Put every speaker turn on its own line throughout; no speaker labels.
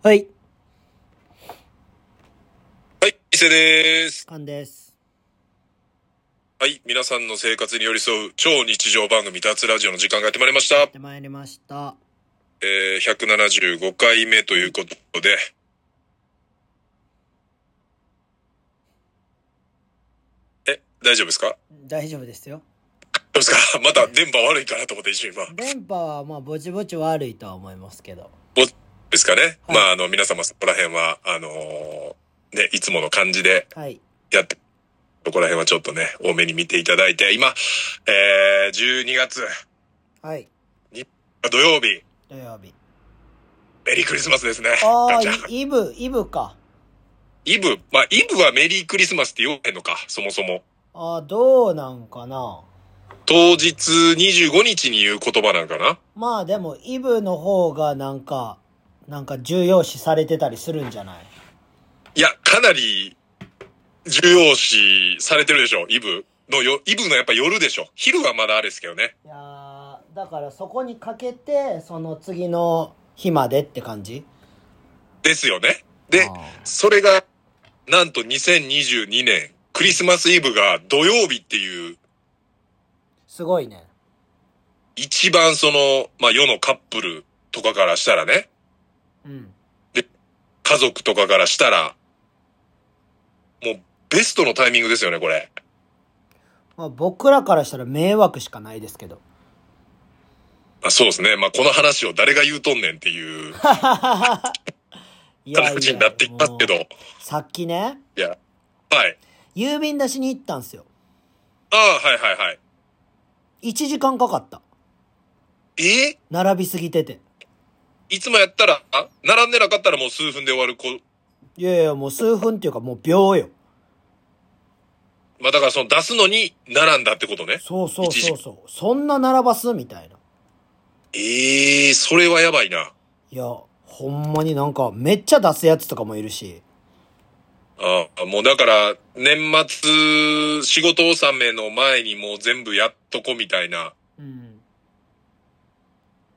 はい、
はい、伊勢です。
カンです。
はい、皆さんの生活に寄り添う超日常番組脱ラジオの時間がやってまいりました。
で、参りました。
えー、175回目ということで。え、大丈夫ですか
大丈夫ですよ。
大丈夫ですか また電波悪いかなと思って一瞬今。
電波はまあぼちぼち悪いとは思いますけど。
ですかね。
はい
まあ、あの、皆様そこら辺は、あのーね、いつもの感じで
はい。
やって、そこら辺はちょっとね、多めに見ていただいて、今、えー、12月
はい。
土曜日、
土曜日。
メリークリスマスですね。
あ
ガチャ
あ、イイブ、イブか。
イブ、まあ、イブはメリークリスマスって言わへんのか、そもそも。
ああ、どうなんかな。
当日25日に言う言葉なんかな
まあでも、イブの方がなんか、なんか重要視されてたりするんじゃない
いや、かなり重要視されてるでしょ、イブ。のよ、イブのやっぱ夜でしょ。昼はまだあれですけどね。
いやーだからそこにかけて、その次の日までって感じ
ですよね。で、それが、なんと2022年、クリスマスイブが土曜日っていう、
すごいね。
一番その、まあ、世のカップルとかからしたらね、
うん。
家族とかからしたら、もうベストのタイミングですよね、これ。
まあ僕らからしたら迷惑しかないですけど。
あそうですね。まあ、この話を誰が言うとんねんっていう
い
形になっていきますけど。
もうさっきね、
いや。はい。
郵便出しに行ったんですよ。
ああ、はいはいはい。
1時間かかった。
え
並びすぎてて。
いつもやったら、あ並んでなかったらもう数分で終わる子。
いやいや、もう数分っていうかもう秒よ。
まあ、だからその出すのに並んだってことね。
そうそうそうそう。そんな並ばすみたいな。
ええそれはやばいな。
いや、ほんまになんかめっちゃ出すやつとかもいるし。
ああ、もうだから、年末、仕事納めの前にもう全部やっとこみたいな。
うん。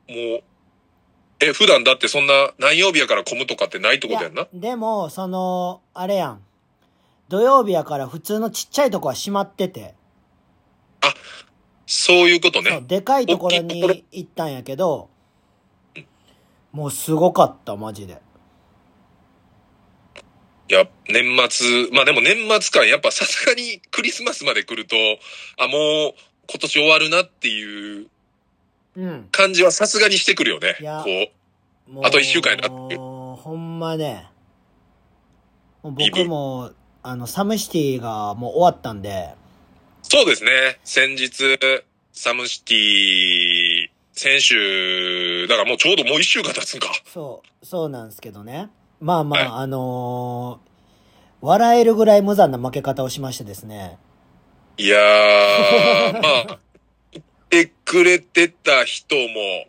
もう、え、普段だってそんな何曜日やから混むとかってないって
い
こと
や
やんな、
でも、その、あれやん。土曜日やから普通のちっちゃいとこは閉まってて。
そういうことね
そう。でかいところ
大きいところ
に行ったんやけど、もうすごかった、マジで。
いや、年末、まあでも年末感、やっぱさすがにクリスマスまで来ると、あ、もう今年終わるなっていう
うん。
感じはさすがにしてくるよね。
いや
こう。
も
あと一週間やな
ほんまね。もう
いい
僕
ね
も、あの、サムシティがもう終わったんで、
そうですね。先日、サムシティ、先週、だからもうちょうどもう一週間経つんか。
そう、そうなんですけどね。まあまあ、
は
あのー笑えるぐらい無残な負け方をしましてですね。
いやー、まあ、言ってくれてた人も、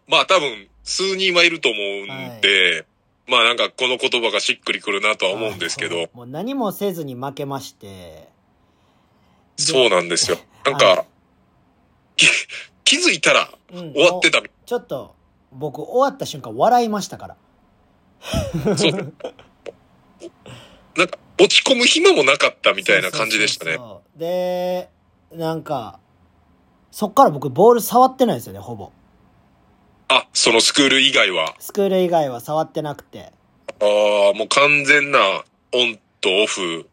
まあ多分、数人はいると思うんで、まあなんかこの言葉がしっくりくるなとは思うんですけ
あの
ど、
もう何もせずに負けまして。
そううなんですよ。なんか、き気づいたら
終
終わってた。
ちょっと、僕終わった瞬間笑いましたから。
そう なんか、落ち込む暇もなかったみたいな感じでしたね
そう。そうそうそうで、なんか、そっから僕ボール触ってないんですよね、ほぼ。
あ、そのスクール以外は。
スクール以外は触ってなくて。
ああ、もう完全なオンと オフ。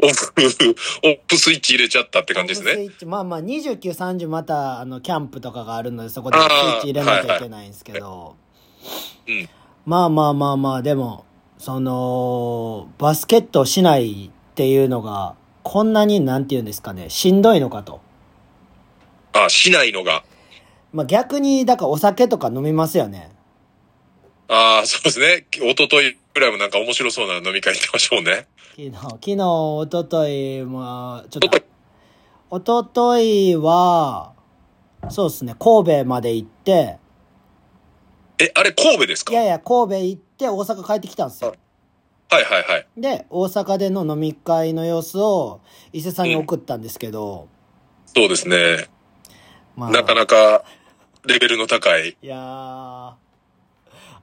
オフ、オフスイッチ入れちゃったって感じです
ホーム
ね。
スイッチまあまあ29、30またあのキャンプとかがあるのでそこでスイッチ入れなきゃいけないんですけど。
いはいうん
まあまあまあまあ、でも、その、バスケットしないっていうのが、こんなになんて言うんですかね、しんどいのかと。
あ、しないのが。
まあ逆に、だからお酒とか飲みますよね。
ああ、そうですね。一昨日ぐらいもなんか面白そうな飲み会行ってましょうね。
昨日、昨日、おとといも、ちょっと、おとといは、そうですね、神戸まで行って、
え、あれ神戸ですか
いやいや、神戸行って大阪帰ってきたんですよ。
はいはいはい。
で、大阪での飲み会の様子を伊勢さんに送ったんですけど、
そうですね。
まあ、
なかなかレベルの高い。
いやー、あ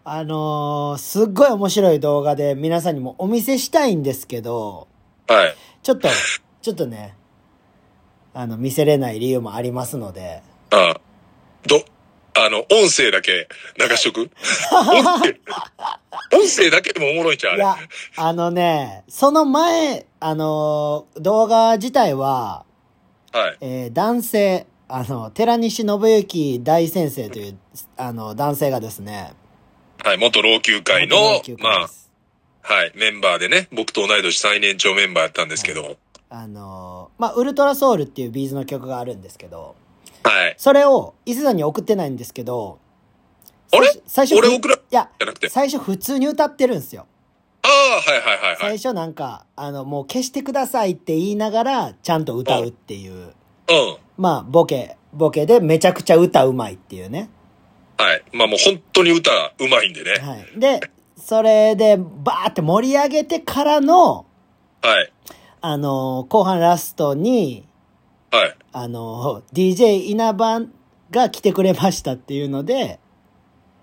あのーすっごい面白い動画で皆さんにもお見せしたいんですけど、
はい。
ちょっと、ちょっとね、あの、見せれない理由もありますので、
あど、あの、音声だけ流し とく音声音声だけでもおもろいんちゃうあ
い
れ。
や、あのね、その前、あのー動画自体は、
はい。
えー男性、あの、寺西信之大先生という、あの、男性がですね、
はい。元老朽会の
元々、
ま
旧で、
あ
す
はい。メンバーでね、僕と同い年最年長メンバーやったんですけど、
あのーまあ、ウルトラソウルっていうビーズの曲があるんですけど、
はい。
それを伊勢さんに送ってないんですけど、
あれ
最初、最初
俺
ふ
送ら、
いや、
じゃなくて。
最初普通に歌ってるんですよ。
ああ、はいはいはいはい。
最初なんか、あの、もう消してくださいって言いながら、ちゃんと歌うっていう。
うん。
まあ、ボケ、ボケでめちゃくちゃ歌うまいっていうね。
はい。まあもう本当に歌うまいんでね。
はい。で、それで、バーって盛り上げてからの、
はい。
あの、後半ラストに、
はい。
あの、DJ 稲葉が来てくれましたっていうので、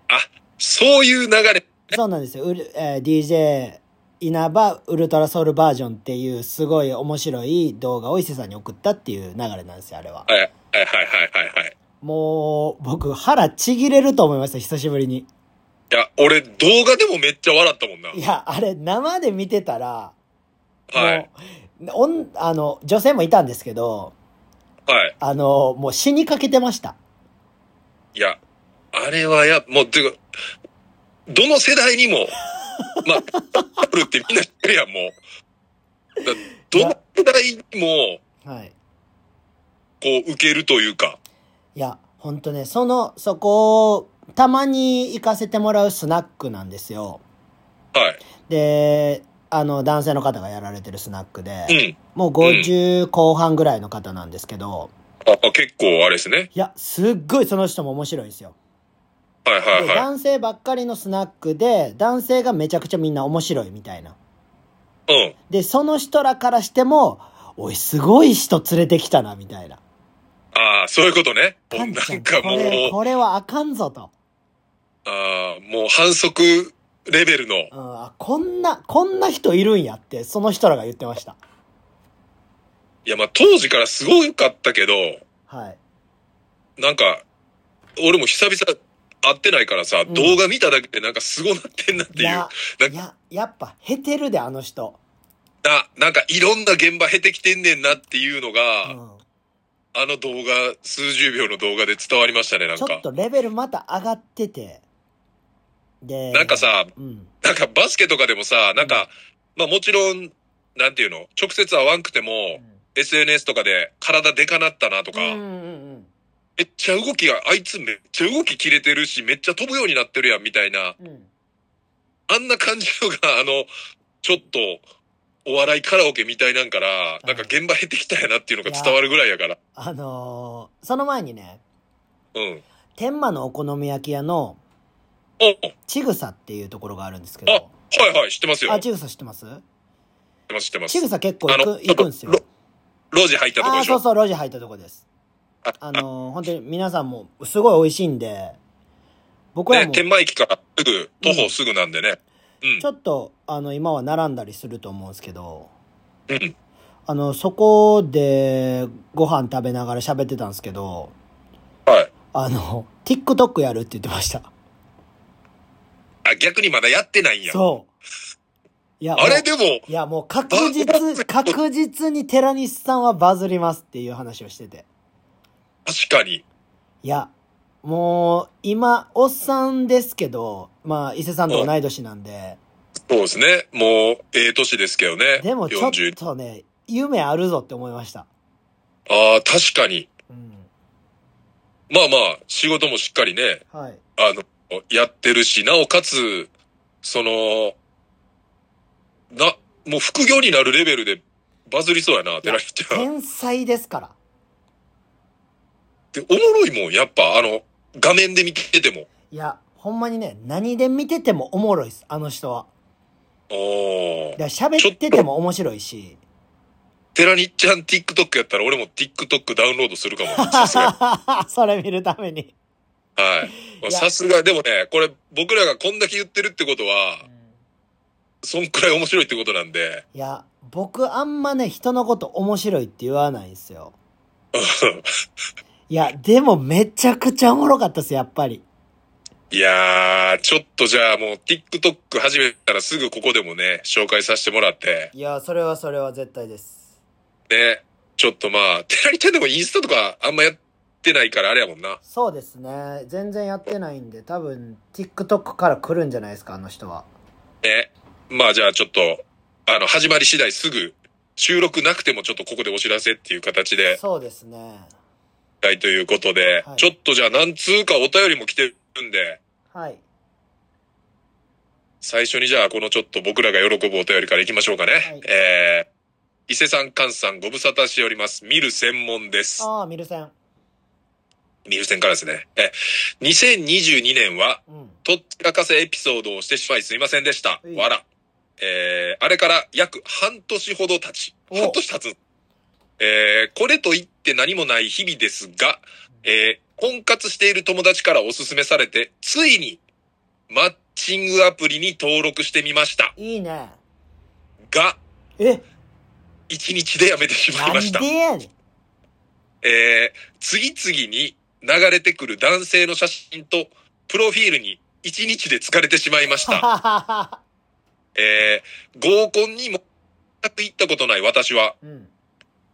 あ、そういう流れ。
そうなんですよ。ウルえー DJ 稲葉ウルトラソウルバージョンっていうすごい面白い動画を伊勢さんに送ったっていう流れなんですよ、あれは。
はい。はいはいはいはいはい。
もう、僕腹ちぎれると思いました、久しぶりに。
いや、俺動画でもめっちゃ笑ったもんな。
いや、あれ生で見てたら、
はい。
もうおんあの、女性もいたんですけど、
はい。
あの、もう死にかけてました。
いや、あれはや、もう、てか、どの世代 にも、まあ、ダブルってみんな知ってるやん、もう。だどの世代にも、
はい。
こう、受けるというか。
いや、ほんとね、その、そこ、たまに行かせてもらうスナックなんですよ。
は
で、あの、男性の方がやられてるスナックで、
い。
もう50後半ぐらいの方なんですけど、
うん。ああ結構、あれですね。
いや、すっごいその人も面白いんですよ。
はいはい
で、
は
男性ばっかりのスナックで、男性がめちゃくちゃみんな面白いみたいな。
い。うん。
で、その人らからしても、おい、すごい人連れてきたな、みたいな。
ああ、そういうことね。
カンち
な
ゃん、
んか
こ
も
れ、
う、
これはあかんぞと。
ああ、もう反則レベルの。
うん、あこんな、こんな人いるんやって、その人らが言ってました。
いや、まあ、当時からすごかったけど、
はい。
なんか、俺も久々会ってないからさ、
ん
動画見ただけでなんかすごなってんなって
い
いう。
や
な、
いや、やっぱ、へてるで、あの人。
な、なんかいろんな現場経てきてんねんなっていうの
う
が、
ん。
あの動画、数十秒の動画で伝わりましたね、なん
ちょっ
か。
とレベルまた上がってて。で、
なんか、さ、
うん。
なんかバスケとかでもさ、なんか、まあもちろん、なんていうの、直接会わんくても、SNS とかで体でかなったなと
う
か、
んうん
めっちゃ動きが、あいつめっちゃ動き切れてるし、めっちゃ飛ぶようになってるやん、みたいな。
うんうん。
あんな感じのが、あの、ちょっと、お笑いカラオケみたいなんから、なんか現場減ってきたやなっていうのが伝わるぐらいやから。
あのーその前にね、
うん。
天満のお好み焼き屋の、
お
ちぐさっていうところがあるんですけ
あ
ど。
はいはい、知ってますよ。
あ、
知
ち
っ
ぐさ知ってます
てます、知ってます
ち。ぐさ結構行
あの
く、行くんですよ
ロ。路地入ったとこ
あ
で
あ、
し
そ
ょ
うそう、路地入ったとこ です。
あ
あのー本当に皆さんも、すごい美味しいんで、僕ら
ね、
も、
天
ち
満駅からすぐ、徒歩すぐなんでね。うん。
ょっと、あの、今は並んだりすると思うんですけど、
うん。
あの、そこでご飯食べながら喋ってたんですけど、
はい。
あの、TikTok やるって言ってました。
あ、逆にまだやってないんや。
そう。いや、
あ
も
れ
う
でも、
いや、もう確実、確実に寺西さんはバズりますっていう話をしてて。
確かに。
いや、もう、今、おっさんですけど、まあ、伊勢さんと同い年なんで、
そうですね。もう、ええ年ですけどね。
でもちょっ
40
とね、夢あるぞって思いました。
ああ、確かに。
うん。
まあまあ、仕事もしっかりね、
はい。
あの、やってるし、なおかつ、その、な、もう副業になるレベルでバズりそうやな、寺西ちゃん。
天才ですから。
で、おもろいもん、やっぱ、あの、画面で見てても。
いや、ほんまにね、何で見ててもおもろいです、あの人は。
お
だ
ー。
から喋ってても面白いし。
寺西ちゃん TikTok やったら俺も TikTok ダウンロードするかも。さすが
それ見るために。
はい。
いや
さすが、でもね、これ僕らがこんだけ言ってるってことは
う、ん
そんくらい面白いってことなんで、
いや、僕あんまね、人のこと面白いって言わないんですよ。いや、でもめちゃくちゃおもろかったっす、やっぱり。
いやー、ちょっとじゃあもう TikTok 始めたらすぐここでもね、紹介させてもらって、
いや、それはそれは絶対です。
ね、ちょっとまあ、テラリテでもインスタとかあんまやってないからあれやもんな。
そうですね。全然やってないんで、多分 TikTok から来るんじゃないですか、あの人は。
ね。まあじゃあちょっと、あの、始まり次第すぐ、収録なくてもちょっとここでお知らせっていう形で、
そうですね。
はいということで、
はい
ちょっとじゃあ何通かお便りも来てるんで、
はい。
最初にじゃあこのちょっと僕らが喜ぶお便りからいきましょうかね。
はい
えー、伊勢さん、菅さん、ご無沙汰しております。見る専門です。
ああ、ミルセン。
見る専からですね。え、2022年は、
うん。
とっちらかせエピソードをしてしまいすいませんでした
う。い
わら。えー、あれから約半年ほど経ち、
お
半年経つ。えー、これと言って何もない日々ですが、えー、婚活している友達からお勧めされて、ついに、マッチングアプリに登録してみました。
いいね。
が、
え、
一日でやめてしまい
な
ま
ん
した。
でやねん。
えー、次々に流れてくる男性の写真と、プロフィールに一日で疲れてしまいました。えー合コンにも全く行ったことない私は、
うん。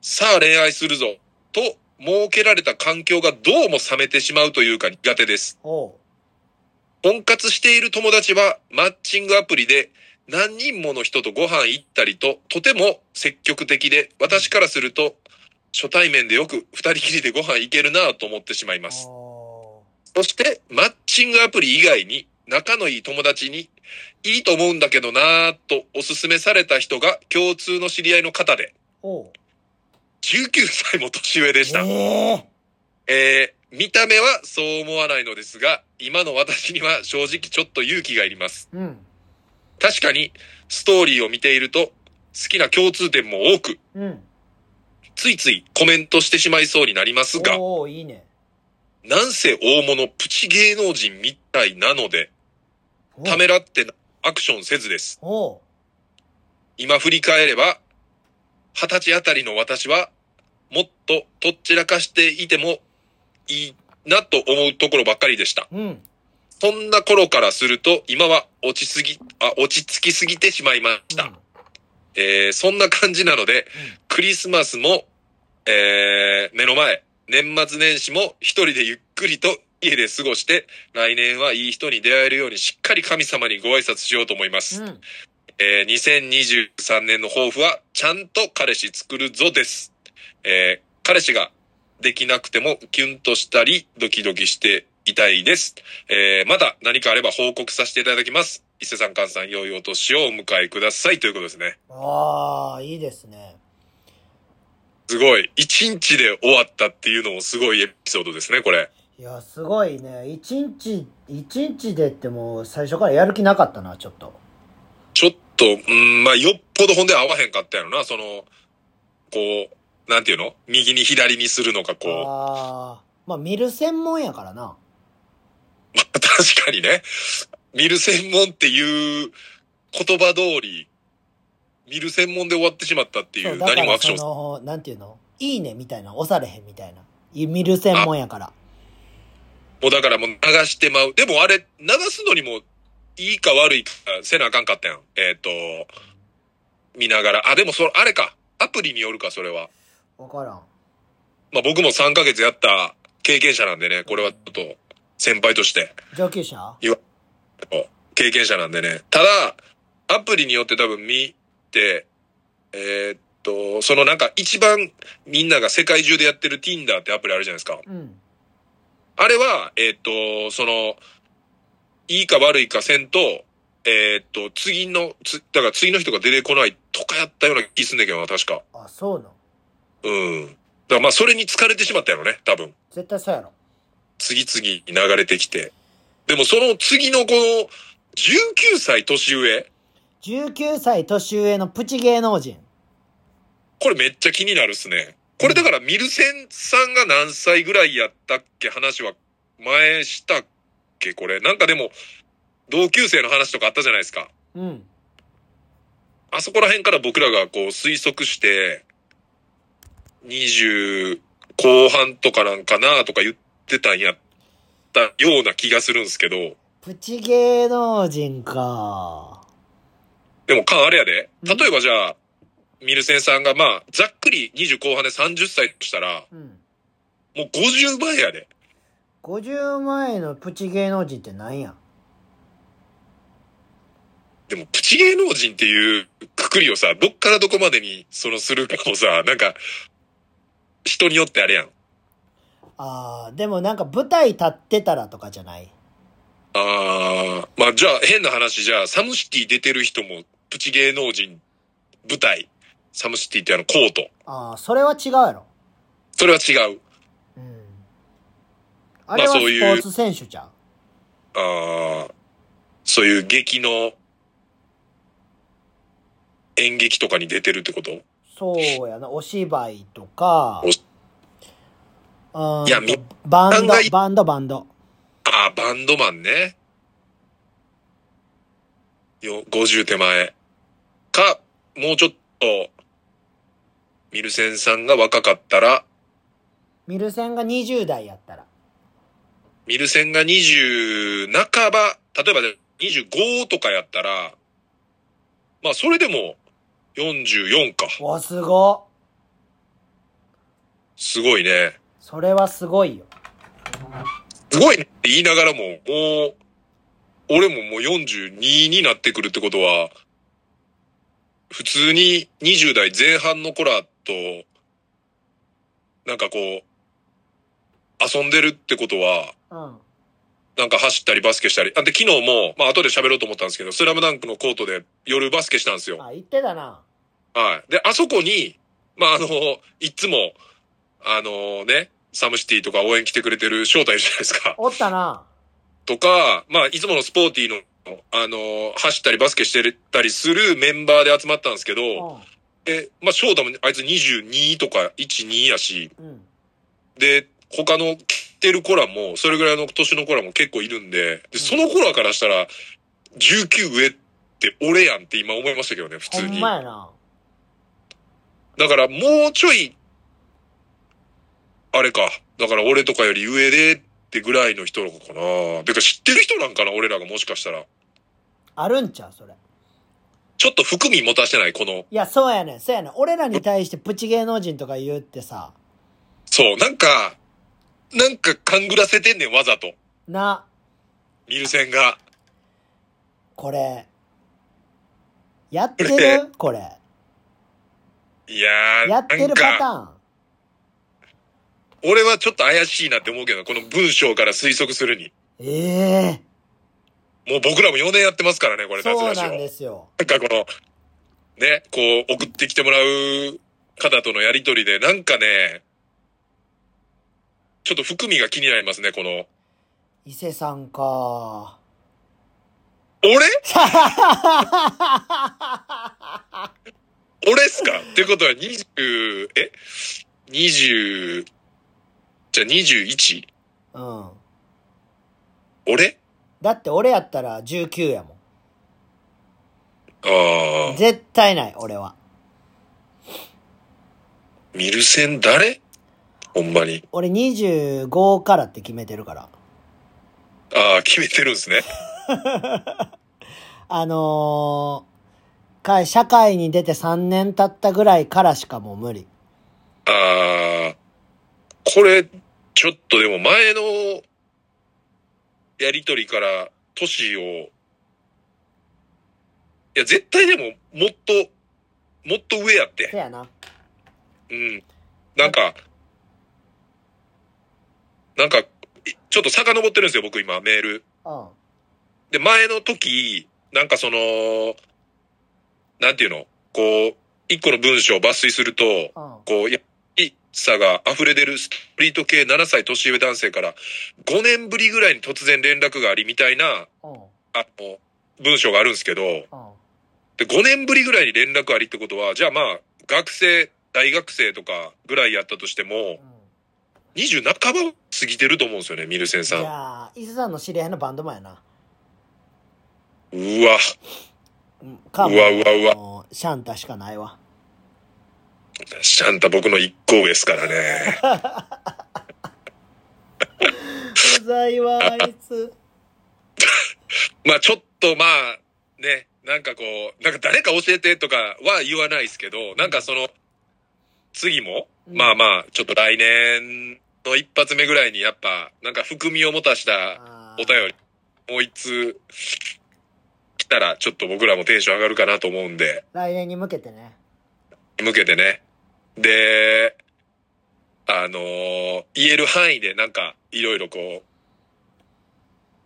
さあ恋愛するぞ、と設けられた環境がどうも冷めてしまうというか苦手です。
おう。
婚活している友達はマッチングアプリで何人もの人とご飯行ったりと、とても積極的で、私からすると、初対面でよく二人きりでご飯行けるなぁと思ってしまいます。
お
そして、マッチングアプリ以外に、仲のいい友達に、いいと思うんだけどなぁとおすすめされた人が共通の知り合いの方で、
ーおう。
19歳も年上でした。え
ええ
ー見た目はそう思わないのですが、今の私には正直ちょっと勇気がいります。
うん。
確かに、ストーリーを見ていると、好きな共通点も多く、
うん。
ついついコメントしてしまいそうになりますが、
おおいいね。
なんせ大物プチ芸能人みたいなので、
おう
ためらってアクションせずです。
おう。
今振り返れば、二十歳あたりの私は、もっととっちらかしていてもいいなと思うところばっかりでした。
うん。
そんな頃からすると、今は落ちすぎ、あ、落ち着きすぎてしまいました。
うん
えーそんな感じなので、クリスマスも、えー目の前、年末年始も一人でゆっくりと家で過ごして、来年はいい人に出会えるようにしっかり神様にご挨拶しようと思います。
うん。
えー2023年の抱負は、ちゃんと彼氏作るぞです。えー彼氏ができなくてもキュンとしたり、ドキドキしていたいです。えーまだ何かあれば報告させていただきます。伊勢さん、菅さん、良いお年をお迎えくださいということですね。
ああ、いいですね。
すごい。一日で終わったっていうのもすごいエピソードですね、これ。
いや、すごいね。一日、一日でってもう最初からやる気なかったな、ちょっと。
ちょっと、うんまあ、よっぽどほんで合わへんかったやろな、その、こう、なんていうの右に左にするのか、こう。
ああ。まあ、見る専門やからな。
まあ 確かにね、見る専門っていう言葉通り、見る専門で終わってしまったっていう、
だか
何もア
ら
クシ
そ
ョン。
の、なんていうのいいねみたいな、押されへんみたいな。い見る専門やから。
もうだからもう流してまう。でもあれ、流すのにも、いいか悪いかせなあかんかったやん。えっ、と、見ながら。あ、でもそれ、あれか。アプリによるか、それは。
わからん。
まあ僕も3ヶ月やった経験者なんでね、これはちょっと、先輩として。
上級者
経験者なんでね。ただ、アプリによって多分見て、えーっと、そのなんか一番みんなが世界中でやってる Tinder ってアプリあるじゃないですか。
うん。
あれは、えーっと、その、いいか悪いかせんと、えーっと、次の、つ、だから次の人が出てこないとかやったような気すんだけどな、確か。
あ、そうなん。
うん。だからまあそれに疲れてしまったやろね、多分。
絶対そうやろ。
次々に流れてきて。でもその次のこの、19歳年上
19歳年上のプチ芸能人。
これめっちゃ気になるっすね。これだから、ミルセンさんが何歳ぐらいやったっけ話は前したっけこれ。なんかでも、同級生の話とかあったじゃないですか。
うん。
あそこら辺から僕らがこう推測して、20後半とかなんかなとか言ってたんやったような気がするんですけど、
プチ芸能人か。
でも感あれやで。
うん
例えばじゃあ、ミルセンさんがまあ、ざっくり20後半で30歳としたら、
うん。
もう50倍やで。
50前のプチ芸能人ってなんや
でも、プチ芸能人っていうくくりをさ、どっからどこまでに、その、するかをさ、なんか、人によってあれやん。
あー、でもなんか舞台立ってたらとかじゃない
あー、まあ、じゃあ、変な話、じゃあ、サムシティ出てる人も、プチ芸能人、舞台、サムシティってあの、コート。
あー、それは違うやろ。
それは違う。
うん。あれはス
そ
ポ
ういう
ーツ選手じゃん。
あー、そういう劇の、演劇とかに出てるってこと
そうやな、お芝居とか
お、
うん
いやみ
バン
案
ド
外、
バンド、バンド。
ああ、バンドマンね。よ、50手前。か、もうちょっと、ミルセンさんが若かったら、
ミルセンが20代やったら。
ミルセンが20半ば、例えばね、25とかやったら、まあそれでも44か。
お、すごっ
すごいね。
それはすごいよ。
すごいねって言いながらも、もう、俺ももう42になってくるってことは、普通に20代前半の子らと、なんかこう、遊んでるってことは、
うん。
なんか走ったりバスケしたり。あで、昨日も、まあ後で喋ろうと思ったんですけど、スラムダンクのコートで夜バスケしたんですよ。
あ、言ってたな。
はい。で、あそこに、まああの、いつも、あのね、サムシティとか応援来てくれてる正体いるじゃないですか。
おったな。
とか、まあ、いつものスポーティーの、あのー走ったりバスケしてたりするメンバーで集まったんですけ
う
ど、え、まあ、翔太もあいつ22とか1、2やし、
ん。うん。
で、他の来てる子らも、それぐらいの年の子らも結構いるんで、
うん
で、その子らからしたら、19上って俺やんって今思いましたけどね、普
ほ
通
ん
に。
まや
だ
な。
からもうちょい、あれか。だから俺とかより上でってぐらいの人の子かな。てか知ってる人なんかな、俺らがもしかしたら。
あるんちゃうそれ。
ちょっと含み持たしてない、この。
いや、そうやねん。そうやねん。俺らに対してプチ芸能人とか言うってさ、
そう、なんか、なんか勘ぐらせてんねん、わざと。
な、
ミルセンが。
これ、やって
これ
るこれ。
いやー、
やってるパタ
なんか、
ーン。
俺はちょっと怪しいなって思うけど、この文章から推測するに。
ええ
もう僕らも4年やってますからね、これ、
そう
ラジオ
なんですよ。
なんかこの、ね、こう、送ってきてもらう方とのやりとりで、なんかね、ちょっと含みが気になりますね、この。
伊勢さんか。
俺俺っすかってことは20、え ?20、じゃあ 21?
うん。
俺
だって俺やったら19やも
あ
ん。
あ、
絶対ない、俺は。
ミルセン誰ほんまに。
俺25からって決めてるから。
ああ、決めてるんですね。
あのー、か社会に出て3年経ったぐらいからしかもう無理。
ああ、これ、ちょっとでも前のやりとりから都市を、いや、絶対でももっと、もっと上やって
せ。やな。
うん。なんか、なんか、いちょっと遡ってるんですよ、僕今、メール。
うん。
で、前の時、なんかその、なんていうのこう、一個の文章を抜粋すると、
うん。
こう、やっぱりさが溢れ出るストリート系7歳年上男性から、5年ぶりぐらいに突然連絡がありみたいな、
うん。
あの、文章があるんですけど、で、
うん。
5年ぶりぐらいに連絡ありってことは、じゃあまあ、学生、大学生とかぐらいやったとしても、 20半ば過ぎてると思うんですよね、ミルセン
い
さん。うわ、
やー伊勢さんの知り合いのバンドマンやな。
うわ
うんかも
うわうわうわ
もうシャンタしかないわ。
シャンタ僕の一個上ですから ね。
うざいわ、あい つ。
まあちょっとまあ、ね、なんかこう、なんか誰か教えてとかは言わないですけど、なんかその、次も、
うん
まあまあ、ちょっと来年の一発目ぐらいにやっぱ、なんか含みを持たした
あ
お
ー
便り、もう一通来たら、ちょっと僕らもテンション上がるかなと思うんで、
来年に向けてね。
向けてね。で、あのー言える範囲でなんか、いろいろこ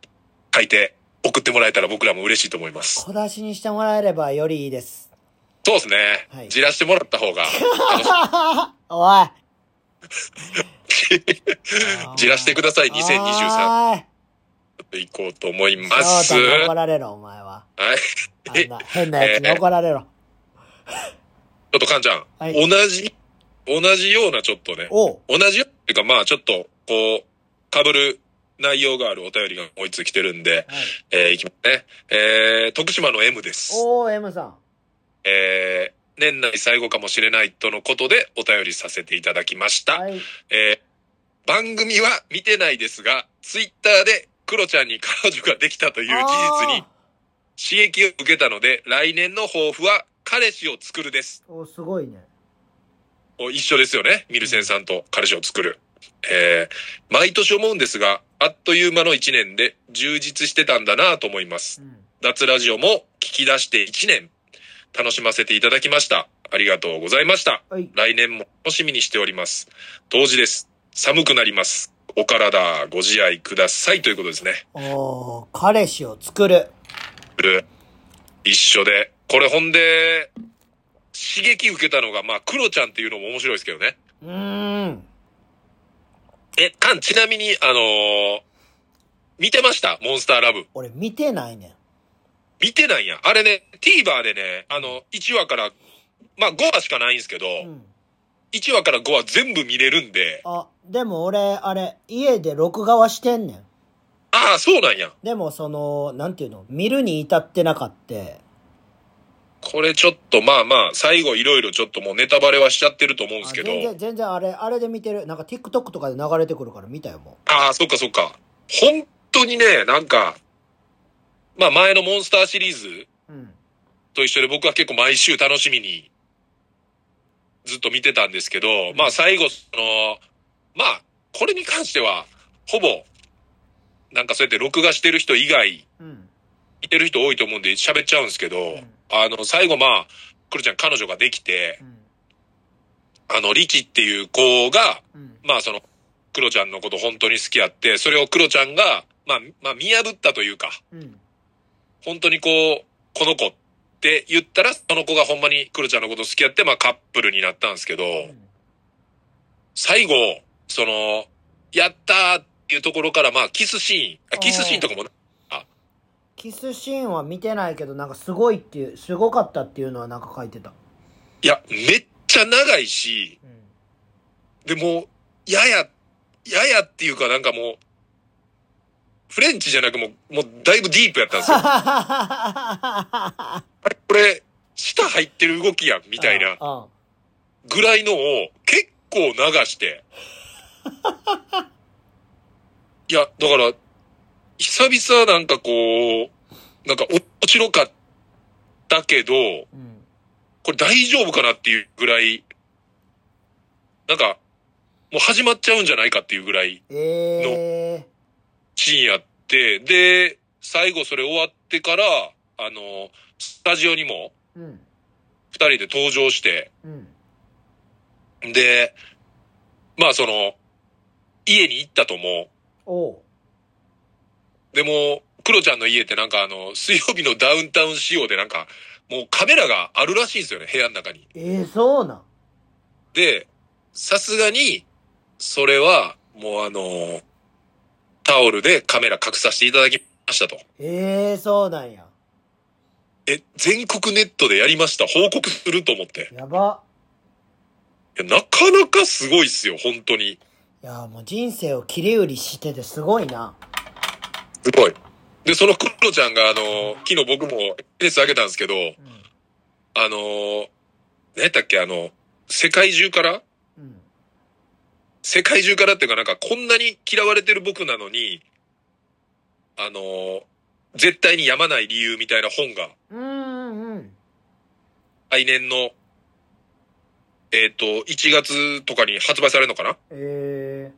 う、書いて送ってもらえたら僕らも嬉しいと思います。
小出しにしてもらえればよりいいです。
そうですね。
はい
じらしてもらった 方が、
おい
じらしてください、2023
おい
と行こうと思い
翔
ま
太
す。
に怒
は
られろ、お前は。あん
い。
な変なやつに怒られろ。
ちょっとカンちゃん、
はい
同じ、同じようなちょっとね、
おう
同じよっていうかまあちょっと、こう、被る内容があるお便りがもう一つ来てるんで、
はい、
えー、いきますね。えー、徳島の M です。
おー、M さん。
えー、年内最後かもしれないとのことでお便りさせていただきました。
はい。
えー、番組は見てないですが、ツイッターでクロちゃんに彼女ができたという事実に刺激を受けたので、来年の抱負は彼氏を作るです。
あー。おすごいね。
お一緒ですよね。ミルセンさんと彼氏を作る。えー、毎年思うんですが、あっという間の一年で充実してたんだなと思います
う。ん。
脱ラジオも聞き出して一年、楽しませていただきました。ありがとうございました。
はい。
来年も楽しみにしております。当時です。寒くなります。お体ご自愛くださいということですね。
おー、彼氏を作る。
一緒で。これほんで、刺激受けたのが、まあ、クロちゃんっていうのも面白いですけどね。
うーん。
え、カン、ちなみに、あのー見てましたモンスターラブ。
俺見てないねん。
見てないやん。あれね、TVer でね、あの、1話から、まあ5話しかないんですけど、
うん。
1話から5話全部見れるんで、
あ、でも俺、あれ、家で録画はしてんねん。
ああ、そうなんや。
でもその、なんていうの、見るに至ってなかって。
これちょっと、まあまあ、最後いろいろちょっともうネタバレはしちゃってると思うんで
あ
すけ
全
ど、
然、全然あれ、あれで見てる。なんか TikTok とかで流れてくるから見たよ、も
ああ、そっかそっか。本当にね、なんか、まあ前のモンスターシリーズ
う。うん。
と一緒で僕は結構毎週楽しみにずっと見てたんですけど、まあ最後、その、まあ、これに関しては、ほぼ、なんかそうやって録画してる人以外、
うん。
いてる人多いと思うんで喋っちゃうんですけど、
ん
あの、最後まあ、クロちゃん彼女ができて
う、ん。
あの、リチっていう子が、
うん。
まあその、クロちゃんのこと本当に好きやって、それをクロちゃんが、まあ、まあ見破ったというか、
うん。
本当にこう、この子って言ったら、その子がほんまにクロちゃんのこと好きやって、まあカップルになったんですけど、最後、その、やったーっていうところから、まあキスシーン、あキスシーンとかもな、
キスシーンは見てないけど、なんかすごいっていう、すごかったっていうのはなんか書いてた。
いや、めっちゃ長いし、
うん。
でも、やや、ややっていうかなんかもう、フレンチじゃなくもう、もうだいぶディープやった んですよ。あれ、これ、舌入ってる動きやん、み
み
たいな
うん。
ぐらいのを結構流して。いや、だから、久々なんかこう、なんか面白かったけど、
うん。
これ大丈夫かなっていうぐらい、なんか、もう始まっちゃうんじゃないかっていうぐらい
ええ
シーンやって、で、最後それ終わってから、あの、スタジオにも
ー。うん。
二人で登場して、
うん。
で、まあその、家に行ったとも、
おう。
でも、クロちゃんの家ってなんかあの、水曜日のダウンタウン仕様でなんか、もうカメラがあるらしいんですよね、部屋の中に。
ええそうなん。
で、さすがに、それは、もうあの、タオルでカメラ隠させていただきましたと。
ええそうなんや。
え、全国ネットでやりました。報告すると思って。
やば。
いやなかなかすごいっすよ、本当に。
いやーもう人生を切り売りしててすごいな。
すごい。で、そのクロちゃんが、あの、昨日僕も SNS 上げたんですけど、
う
あの、何やったっけ、あの、世界中から
ん。うん。
世界中からっていうかなんかこんなに嫌われてる僕なのに、あの、絶対にやまない理由みたいな本が、
うんうんうん。
来年の、えっ、と、1月とかに発売されるのかな
え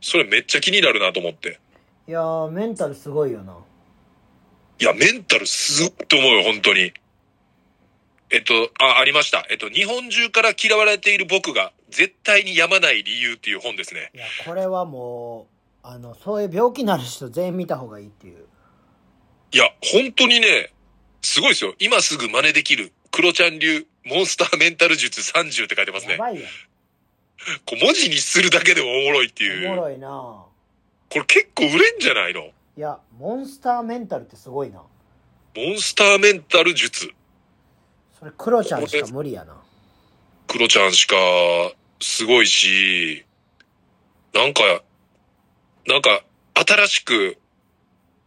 それめっちゃ気になるなと思って。
ー、いやーメンタルすごいよな。
いや、メンタルすごいと思うよ、本当に。えっと、あ、ありました。えっと、日本中から嫌われている僕が絶対にやまない理由っていう本ですね。
いや、これはもう、あの、そういう病気になる人全員見た方がいいっていう。
いや、本当にね、すごいですよ。今すぐ真似できる、クロちゃん流、モンスターメンタル術30って書いてます
や
ね。
ばいや
こう文字にするだけでもおもろいってい
ん。おも
う。
ろいな
これ結構売れんじゃないの
いや、モンスターメンタルってすごいな。
モンスターメンタル術。
それ、クロちゃんしか無理やな。
クロちゃんしか、すごいし、なんか、なんか、新しく、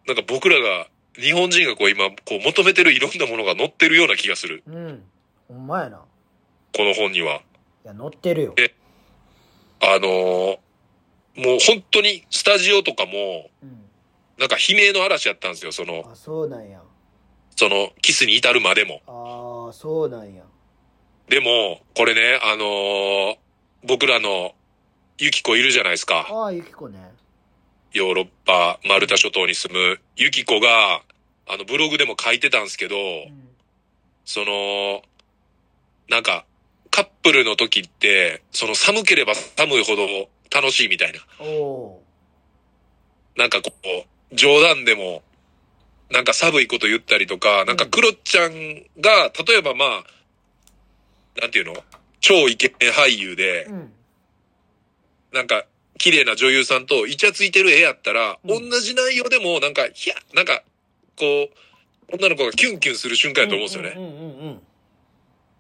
なんか僕らが、日本人がこう今、こう求めてるいろんなものが載ってるような気がする。
うん。ほんまやな。い
この本には。
や、乗ってるよ。
あのーもう本当に、スタジオとかも、
うん。
なんか悲鳴の嵐やったんですよ。その、
あ、そうなんや。
その、キスに至るまでも。
ああ、そうなんや。
でも、これね、あのー僕らの、ユキコいるじゃないですか。
ああ、ゆきこね。
ヨーロッパ、マルタ諸島に住む、ユキコが、あの、ブログでも書いてたんですけど、
うん。
その、なんか、カップルの時って、その寒ければ寒いほど楽しいみたいな。
おお
なんかこう、冗談でも、なんか寒いこと言ったりとか、なんかクロちゃんが、例えばまあ、なんていうの超イケメン俳優で
ー。う、ん。
なんか、綺麗な女優さんとイチャついてる絵やったら、
うん
同じ内容でも、なんか、ひゃ、なんか、こう、女の子がキュンキュンする瞬間やと思うんですよね。
うんうんうん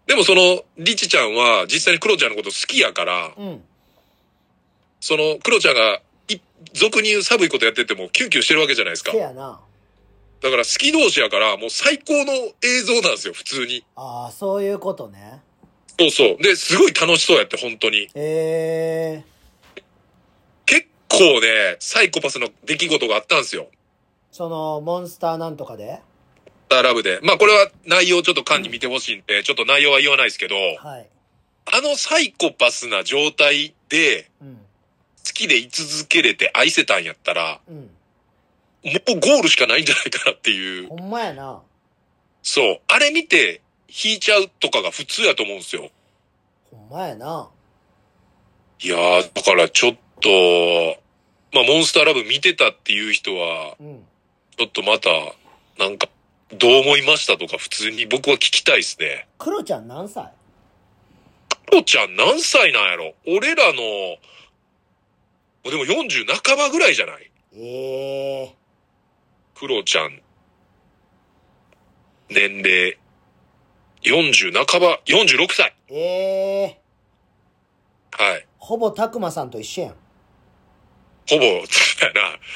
でもその、リチちゃんは実際にクロちゃんのこと好きやから、
うん。うん。
その、クロちゃんが、い俗に言う寒いことやってても、キュンキュンしてるわけじゃないですか。
せ
だか
やな。
ら好き同士やから、もう最高の映像なんですよ、普通に。
ああ、そういうことね。
そうそう。で、すごい楽しそうやって、本当に。
ええ
結構ね、サイコパスの出来事があったんですよ。
その、モンスターなんとかで
ダーラブで。まあこれは内容ちょっと管に見てほしいんで、ちょっと内容は言わないですけど、
はい。
あのサイコパスな状態で、
うん。
好きで居続けれて愛せたんやったら、
うん。
もうゴールしかないんじゃないかなっていう。
ほんまやな。
そう。あれ見て、引いちゃうとかが普通やと思うんですよ。
ほんまやな。
いやー、だからちょっと、まあ、モンスターラブ見てたっていう人は、
うん。
ちょっとまた、なんか、どう思いましたとか普通に僕は聞きたいですね。
クロちゃん何歳
クロちゃん何歳なんやろ俺らの、でも40半ばぐらいじゃない
ええ
クロちゃん、年齢、40半ば、46歳。
ええ
はい。
ほぼたくまさんと一緒やん。
ほぼ、そうやな。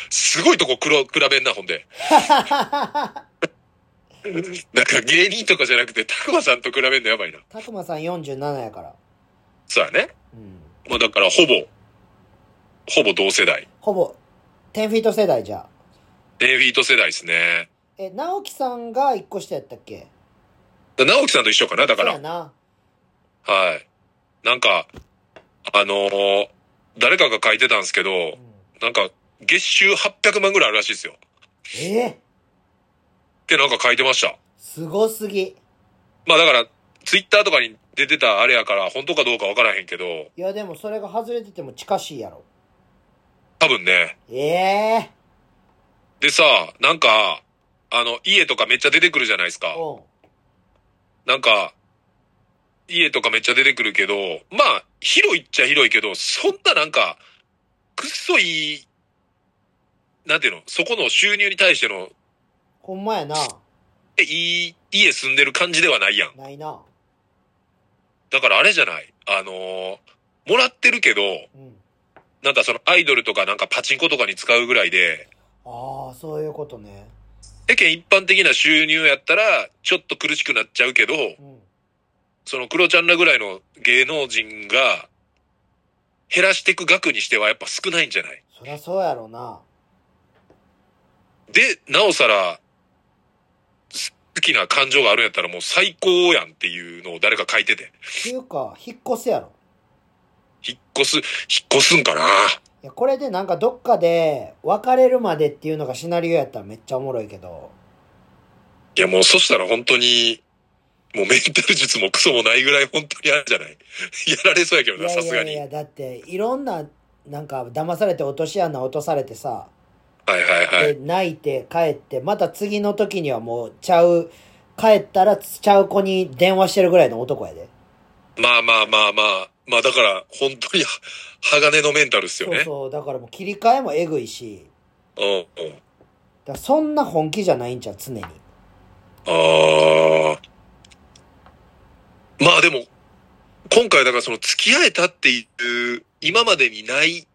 すごいとこ黒比べんな、ほんで。 なんか芸人とかじゃなくて、たくまさんと比べんのやばいな。
たくまさん47やから。
そうやね。
うん。
まあだから、ほぼ、ほぼ同世代。
ほぼ、10フィート世代じゃ。
デイフィート世代ですね。
え、直樹さんが1個下やったっけ
だ直樹さんと一緒かな、だか
そう
ら
や。な。
はい。なんか、あのー誰かが書いてたんですけ
う
ど、
ん、
なんか、月収800万ぐらいあるらしいですよ。
ええ
ってなんか書いてました。
すごすぎ。
まあだから、ツイッターとかに出てたあれやから、本当かどうかわからへんけど、
いや、でもそれが外れてても近しいやろ。
多分ね。
ええ
でさ、なんか、あの、家とかめっちゃ出てくるじゃないですか。
うん。
なんか、家とかめっちゃ出てくるけど、まあ、広いっちゃ広いけど、そんななんか、くっそいい、なんていうの、そこの収入に対しての、
ほんまやな。
えいい、家住んでる感じではないやん。
ないな。
だからあれじゃないあのーもらってるけど、
うん。
なんかそのアイドルとかなんかパチンコとかに使うぐらいで、
ああ、そういうことね。
世間一般的な収入やったら、ちょっと苦しくなっちゃうけど、
うん。
その黒ちゃんらぐらいの芸能人が、減らしていく額にしてはやっぱ少ないんじゃない
そりゃそうやろな。
で、なおさら、す好きな感情があるんやったらもう最高やんっていうのを誰か書いてて。
っていうか、引っ越すやろ。
引っ越す、引っ越すんかない
や、これでなんかどっかで別れるまでっていうのがシナリオやったらめっちゃおもろいけど。
いやもうそしたら本当に、もうメンタル術もクソもないぐらい本当にあるんじゃない やられそうやけ
い
どな、
や
さ
い
す
や
が
い
に。は
や、だっていろんな、なんか騙されて落とし穴落とされてさ、
いはいはい。
で泣いて帰って、また次の時にはもうちゃう、帰ったらちゃう子に電話してるぐらいの男やで。
まあまあまあまあ。まあだから本当には鋼のメンタルっすよ
そう
ね。
そう、だからもう切り替えもえぐいし、
うんうん。
だからそんな本気じゃないんちゃう、常に。
ああ。まあでも、今回だからその付き合えたっていう、今までにない、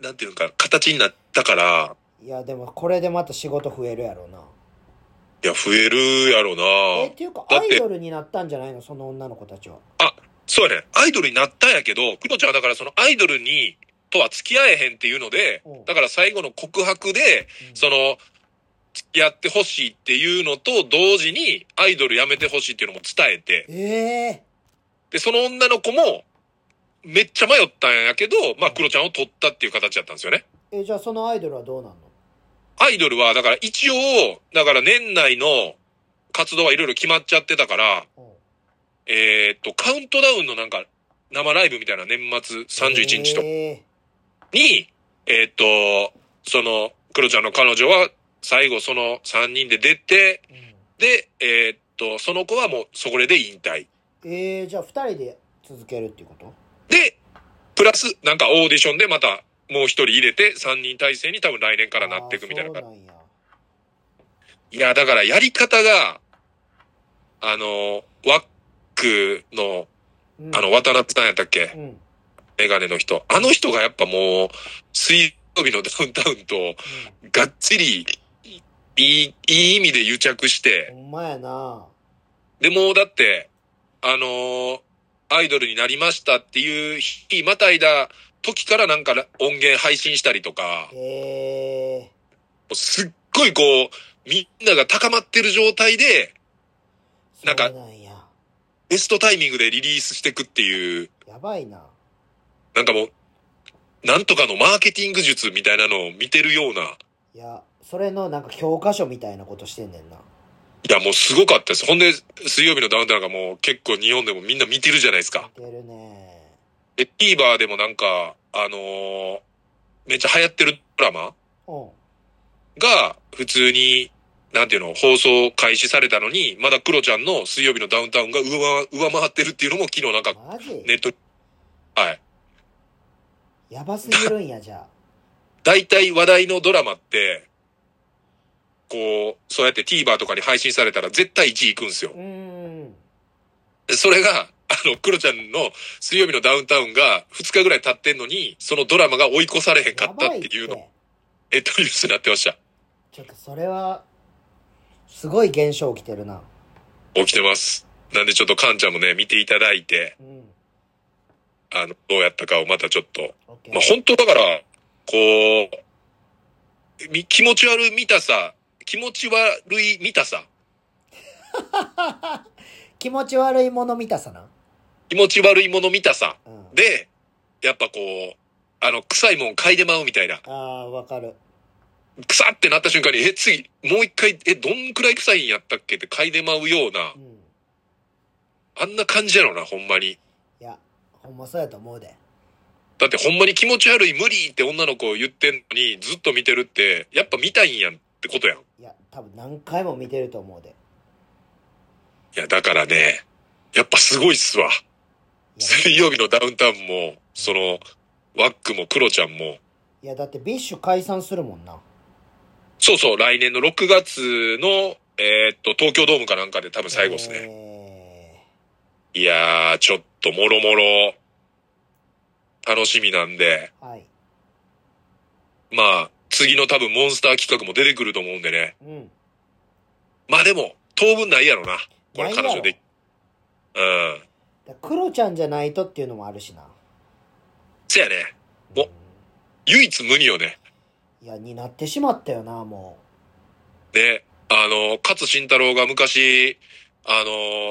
なんていうのか、形になったから、
いや、でもこれでまた仕事増えるやろうな。
いや、増えるやろう
え、っ
な。
ていうか
だ
ア
っ
イ
て
ドルになったんじゃないのその女の子たちは。
そうやね。アイドルになったんやけど、クロちゃんはだからそのアイドルに、とは付き合えへんっていうので
うん、
だから最後の告白で、
うん
その、付き合ってほしいっていうのと同時に、アイドルやめてほしいっていうのも伝えて、
ええ
で、その女の子も、めっちゃ迷ったんやけど、まあ、クロちゃんを取ったっていう形だったんですよね。
え、じゃあそのアイドルはどうなんの
アイドルは、だから一応、だから年内の活動はいろいろ決まっちゃってたから、
うん
えーっと、カウントダウンのなんか、生ライブみたいな年末31日とか
え
に、えーっと、その、クロちゃんの彼女は、最後その3人で出て、
ーうん
で、えーっと、その子はもうそこで引退。
えー、じゃあ2人で続けるっていうこと
で、プラス、なんかオーディションでまた、もう一人入れて、三人体制に多分来年からなっていくみたいな
あー
感
そうなんや
じ。いや、だからやり方が、あの、ワックの、
うん
あの、渡辺さんやったっけ
うん、うん
メガネの人。あの人がやっぱもう、水曜日のダウンタウンと、がっちり、いい、いい意味で癒着して、
ほんまやな
でもうだって、あのーアイドルになりましたっていう日、またいだ時からなんか音源配信したりとか、
ええ
もうすっごいこう、みんなが高まってる状態で、
ー、
なんか
そうなんや
ベストタイミングでリリースしてくっていう、
やばいな
なんかもう、なんとかのマーケティング術みたいなのを見てるような、
いやそれのなんか教科書みたいなことしてんねんない
やもうすごかったです。ほんで、水曜日のダウンタウンがもう結構日本でもみんな見てるじゃないですか。
似てるね
で、TVer でもなんか、あのーめっちゃ流行ってるドラマ
うん
が普通に、なんていうの、放送開始されたのに、まだクロちゃんの水曜日のダウンタウンが上上回ってるっていうのも昨日なんか
マジ、
ネット、はい。
やばすぎるんやじゃ
大体話題のドラマって、こう、そうやって TVer とかに配信されたら絶対1位行くんですよ
あう。ーん
でそれが、あの、クロちゃんの水曜日のダウンタウンが2日ぐらい経ってんのに、そのドラマが追い越されへんか
や
ったっ
ばい
て
って
いうの、えっとニュースになってました。
ちょっとそれはすごい現象起きてるな
起きてます。なんでちょっとカンちゃんもね、見ていただいて、
うん
あの、どうやったかをまたちょっと
オッケー
まあ、本当だから、こう、み気持ち悪い見たさ、気持ち悪い見たさ、
気持ち悪いもの見たさな
気持ち悪いもの見たさ
うん
で、やっぱこう、あの、臭いもん嗅いでまうみたいな。
ああわかる
臭ってなった瞬間に、え、次、もう一回、え、どんくらい臭いんやったっけって嗅いでまうような
う、ん
あんな感じやろな、ほんまに。
いやほんまそうやと思うで
だってほんまに気持ち悪い無理って女の子言ってんのに、ずっと見てるって、やっぱ見たいんやんってことやん。い
いや多分何回も見てると思うで
や、だからね、やっぱすごいっすわ。
いや
水曜日のダウンタウンも、その、ワックもクロちゃんも、
いやだってビッシュ解散するもんな
そうそう、来年の6月の、えーっと、東京ドームかなんかで多分最後ですね。
ね
いやー、ちょっともろもろ、楽しみなんで、
はい。
まあ、次の多分モンスター企画も出てくると思うんでね。
うん。
まあでも、当分ないやろな。これ彼女で。う
だか
ん。
ら黒ちゃんじゃないとっていうのもあるしな。
せやね。お
うん
唯一無二よね。
いや、になってしまったよな、も
ね。あの、勝慎太郎が昔、あ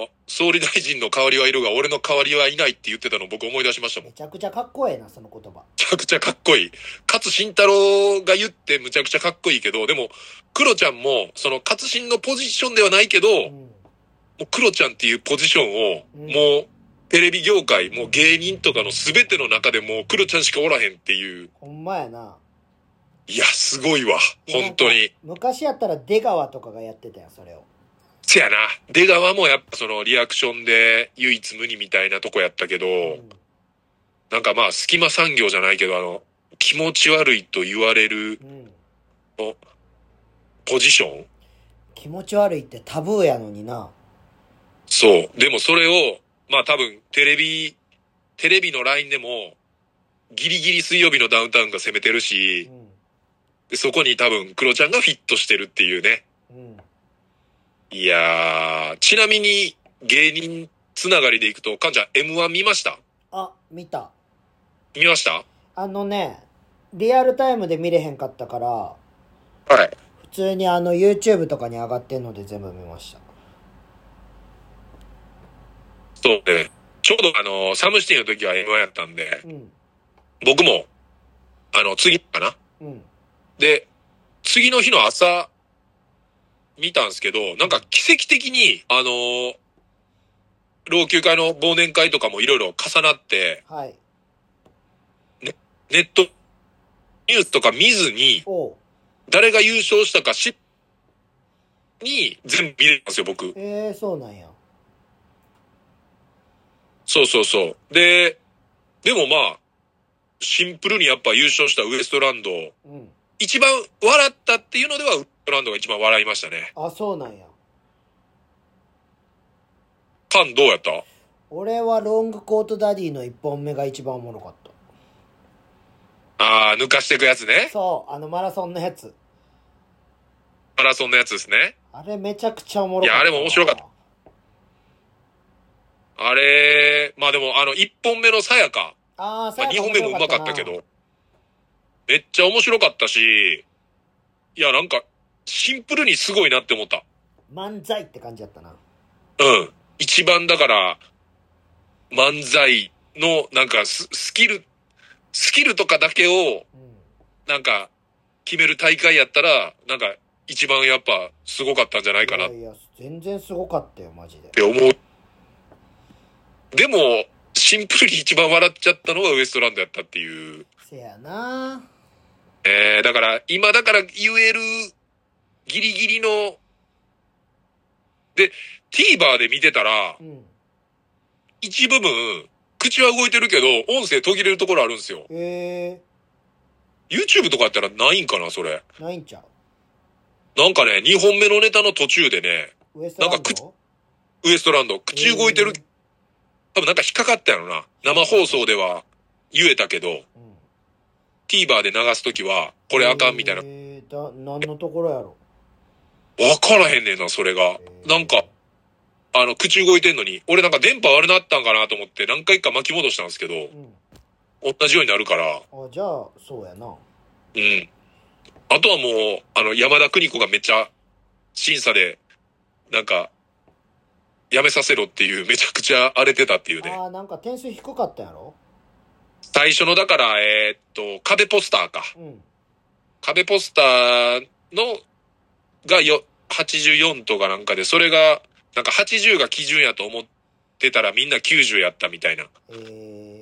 の、総理大臣の代わりはいるが、俺の代わりはいないって言ってたの僕思い出しました
う。
も
め
ん。む
ちゃくちゃかっこええな、その言葉。
ちゃくちゃかっこいい。勝慎太郎が言ってむちゃくちゃかっこいいけど、でも、黒ちゃんも、その勝慎のポジションではないけど、
うん。
もう黒ちゃんっていうポジションを、
うん
もう、テレビ業界、もう芸人とかの全ての中でもう黒ちゃんしかおらへんっていう。
ほんまやな。
いや、すごいわ。本当に。。
昔やったら出川とかがやってたよ、それを。
せやな。出川もやっぱそのリアクションで唯一無二みたいなとこやったけど、
うん
なんかまあ隙間産業じゃないけど、あの、気持ち悪いと言われる
うん。
ポジション
気持ち悪いってタブーやのにな。
そう。でもそれを、まあ多分テレビ、テレビのラインでも、ギリギリ水曜日のダウンタウンが攻めてる
う
し、
ん。
でそこに多分、クロちゃんがフィットしてるっていうね。
うん。
いやー、ちなみに、芸人つながりでいくと、かんちゃん M1 見ました
あ、見た。
見ました
あのね、リアルタイムで見れへんかったから、
はい。
普通にあの YouTube とかに上がってんので全部見ました。
そうね。ちょうどあの、サムシティの時は M1 やったんで、
うん。
僕も、あの、次かな
うん。
で、次の日の朝、見たんですけど、なんか奇跡的に、あのー老朽会の忘年会とかもいろいろ重なって、
はい。
ネットニュースとか見ずに、
おう。
誰が優勝したかし、に全部見れたんですよ、僕。
ええー、そうなんや。
そうそうそう。で、でもまあ、シンプルにやっぱ優勝したウエストランド、
うん。
一番笑ったっていうのではウエストランドが一番笑いましたね。
あ、そうなんや。
カンどうやった
俺はロングコートダディの一本目が一番おもろかった。
あー、抜かしてくやつね。
そう、あのマラソンのやつ。
マラソンのやつですね。
あれめちゃくちゃおもろかった。
いやあれも面白かった。あれ、まあでもあの、一本目のさやか。
ああ、
まあ、二
や
本目もうまかったけ。ど、めっちゃ面白かったし、いや、なんか、シンプルにすごいなって思った。
漫才って感じだったな。
うん。一番だから、漫才の、なんかス、スキル、スキルとかだけ
う
を、
ん。
なんか、決める大会やったら、なんか、一番やっぱ、すごかったんじゃないかなっ
いやいや、全然すごかったよ、マジで。
て思う。でも、シンプルに一番笑っちゃったのはウエストランドやったっていう。
せやな
えー、だから、今だから言える、ギリギリの、で、TVer で見てたら
う、ん。
一部分、口は動いてるけど、音声途切れるところあるんですよ。
ええ
YouTube とかやったらないんかな、それ。
ー、ないんちゃ
なんかね、2本目のネタの途中でね、
うウエストラン
なんか
ド
ウエストランド、口動いてる、
え
多分なんか引っかかったやろな。生放送では言えたけど、
ーうん
TVer で流すときは、これあかんみたいな。わ
えー、だ何のところやろ
からへんねんな、それが。なんか、あの、口動いてんのに、俺なんか電波悪なったんかなと思って何回か巻き戻したんですけど、
うん
同じようになるから、
あじゃあそうやな
うん。あとはもう、あの、山田邦子がめっちゃ、審査で、なんか、やめさせろっていう、めちゃくちゃ荒れてたっていうね。
あーなんか点数低かったんやろ
最初の、だから、えーっと、壁ポスターか。
うん
壁ポスターの、がよ、84とかなんかで、それが、なんか80が基準やと思ってたらみんな90やったみたいな。
え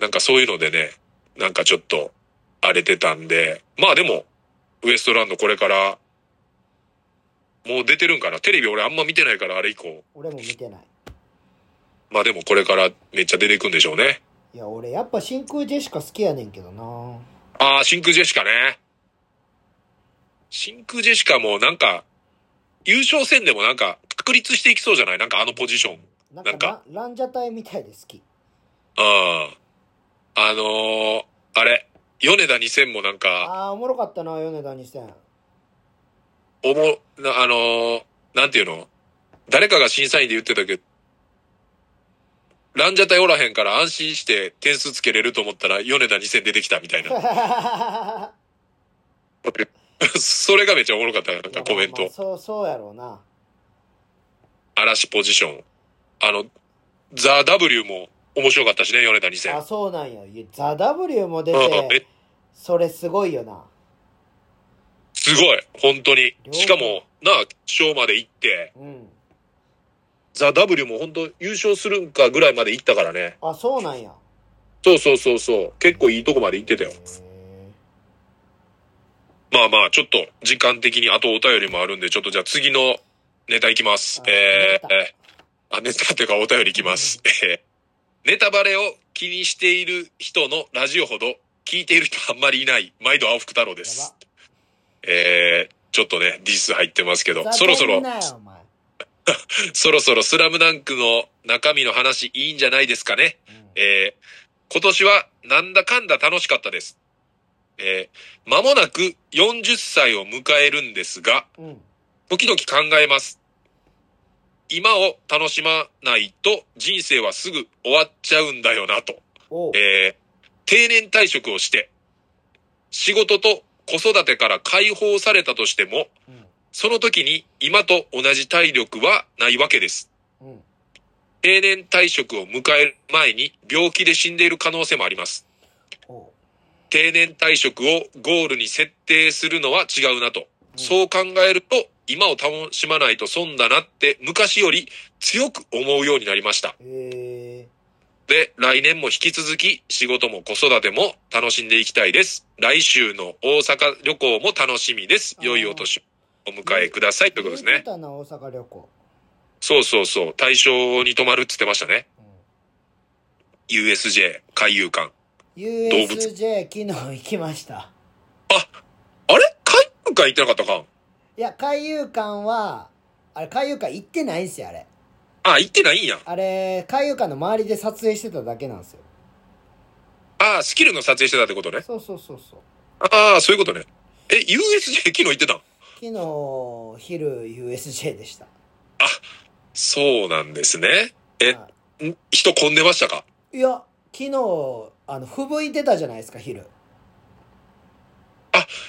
なんかそういうのでね、なんかちょっと荒れてたんで、まあでも、ウエストランドこれから、もう出てるんかなテレビ俺あんま見てないからあれ以降。
ー、俺も見てない
まあでもこれからめっちゃ出てくんでしょうね。
いや俺やっぱ真空ジェシカ好きやねんけどな
ああ、真空ジェシカね。真空ジェシカもなんか、優勝戦でもなんか確立していきそうじゃないなんかあのポジション。
なんか
なんか
ラランジャタイみたいで好き
ああ。あのー、あれ、米田2000もなんか、
ああ、おもろかったな、米田2000。
おも、なあのー、なんていうの誰かが審査員で言ってたけど、ランジャタイおらへんから安心して点数つけれると思ったら、米田2000出てきたみたい な。それがめっちゃおもろかった、なんかコメ
いや
ン
まあまあ
ト。
そう、そうやろうな。
嵐ポジション。あの、ザ・ W も面白かったしね、米田2000。
あ、そうなんや。いやザ・ W も出
うんうん、
て、
え
それすごいよな。
すごい、本当に。
了解
しかも、なあ、ショーまで行って、
うん。
ザ・ W も本当優勝するんかぐらいまで行ったからね。
あ、そうなんや。
そうそうそうそう。結構いいとこまで行ってたよ
へ。ー
まあまあ、ちょっと時間的にあとお便りもあるんで、ちょっとじゃあ次のネタいきます
あ。
え
ネ
ー、えーあ、ネタっていうかお便りいきます。えーネタバレを気にしている人のラジオほど聞いている人あんまりいない、毎度青福太郎です。えー、ちょっとね、ディス入ってますけ
や
ど、
ば
そろそ
ふざけ
ろ
ん、なよお前
そろそろスラムダンクの中身の話いいんじゃないですかね。
うん
えー今年はなんだかんだ楽しかったです。えー間もなく40歳を迎えるんですが、
うん。
時々考えます。今を楽しまないと人生はすぐ終わっちゃうんだよなと。
おう
えー定年退職をして、仕事と子育てから解放されたとしても、
うん。
その時に今と同じ体力はないわけです。
うん。
定年退職を迎える前に病気で死んでいる可能性もあります。
おう
定年退職をゴールに設定するのは違うなと。
ん
そう考えると、今を楽しまないと損だなって昔より強く思うようになりました。
え
で、来年も引き続き仕事も子育ても楽しんでいきたいです。来週の大阪旅行も楽しみです。良いお年をお迎えください
ー。
ということです
言う
ね
て。たな、大阪旅行。
そうそうそう。対象に泊まるって言ってましたね。
うん
USJ 海遊館。
USJ 昨日行きました。
あれ海遊館行ってなかったか
いや、海遊館は、あれ、海遊館行ってないんすよ、あれ。
あ、行ってないんや。
あれ、海遊館の周りで撮影してただけなんですよ。
ああ、スキルの撮影してたってことね。
そうそうそうそう。
ああ、そういうことね。え、USJ 昨日行ってたん
昨日、昼、USJ でした。
そうなんですね。え
は
ん人混んでましたか
いいや、昨日、あの、吹雪いてたじゃないですか、昼。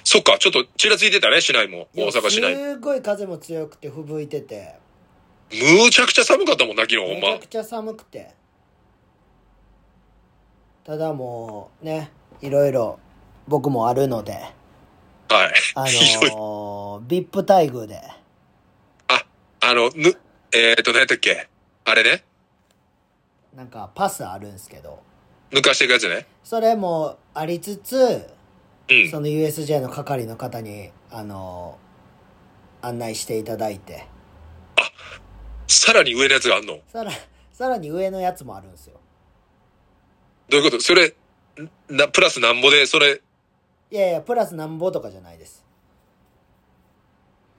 そっか、ちょっとちらついてたね、市内も。大阪市内。
すごい風も強くて、吹雪いてて。
むちゃくちゃ寒かったもんな、昨日、ほん
めちゃ
ま
く。ちゃ寒くて。ただもう、ね、いろいろ、僕もあるので、
はい。
あ
いろい
のー、VIP 待遇で。
あの、ぬ、えっ、と、何やったっけあれね。
なんかパスあるんですけど、
抜かしていくやつね。
それもありつつ、
うん。
その USJ の係の方に、あの、案内していただいて、
さらに上のやつがあんの
さら、さらに上のやつもあるんですよ。
どういうことそれ、んな、プラスなんぼで、それ、
いやいや、プラスなんぼとかじゃないです。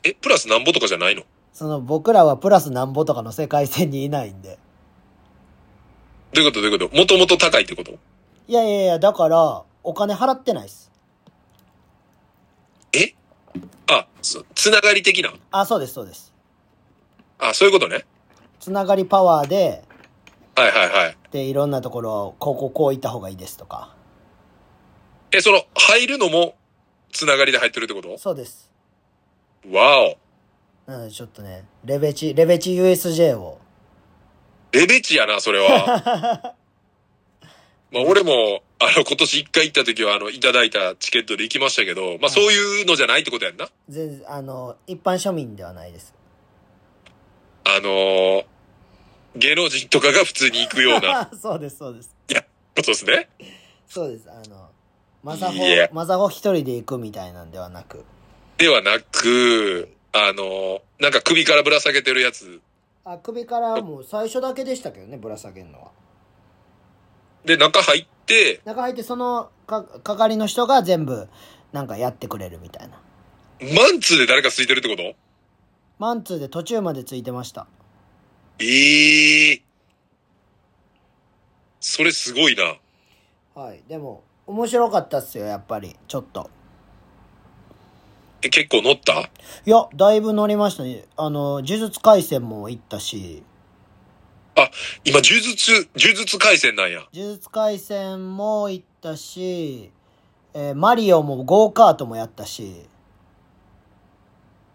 え、プラスなんぼとかじゃないの
その僕らはプラスなんぼとかの世界線にいないんで。
どういうことどういうこともともと高いってこと
いやいやいや、だから、お金払ってないです。
あ、そつながり的な
あ、そうです、そうです。
あ、そういうことね。
つながりパワーで、
はいはいはい。
で、いろんなところ、こうこうこう行った方がいいですとか。
え、その、入るのも、つながりで入ってるってこと
そうです。
わお。
なのでちょっとね、レベチ、レベチ USJ を。
レベチやな、それは。まあ、俺も、あの、今年一回行った時は、あの、いただいたチケットで行きましたけど、まあ、そういうのじゃないってことやんな。
全然あの一般庶民ではないです
あのー芸能人とかが普通に行くよ うな
そうですそうです
ことですね。
そうですあのマサホ
いや
マサホ一人で行くみたいなんではなく
ではなく、あのーなんか首からぶら下げてるやつ。
あ首からもう最初だけでしたけどねぶら下げるのは
で、中入って、
中入ってそのか係の人が全部なんかやってくれるみたいな
マンツーで誰か空いてるってこと
マンツーで途中までついてました
ええー。それすごいな。
はい。でも、面白かったっすよ、やっぱり。ちょっと。
え、結構乗った
いや、だいぶ乗りましたね。あの、呪術廻戦も行ったし、
今、呪術、呪術回戦なんや。
呪術廻戦も行ったし、えーマリオもゴーカートもやったし、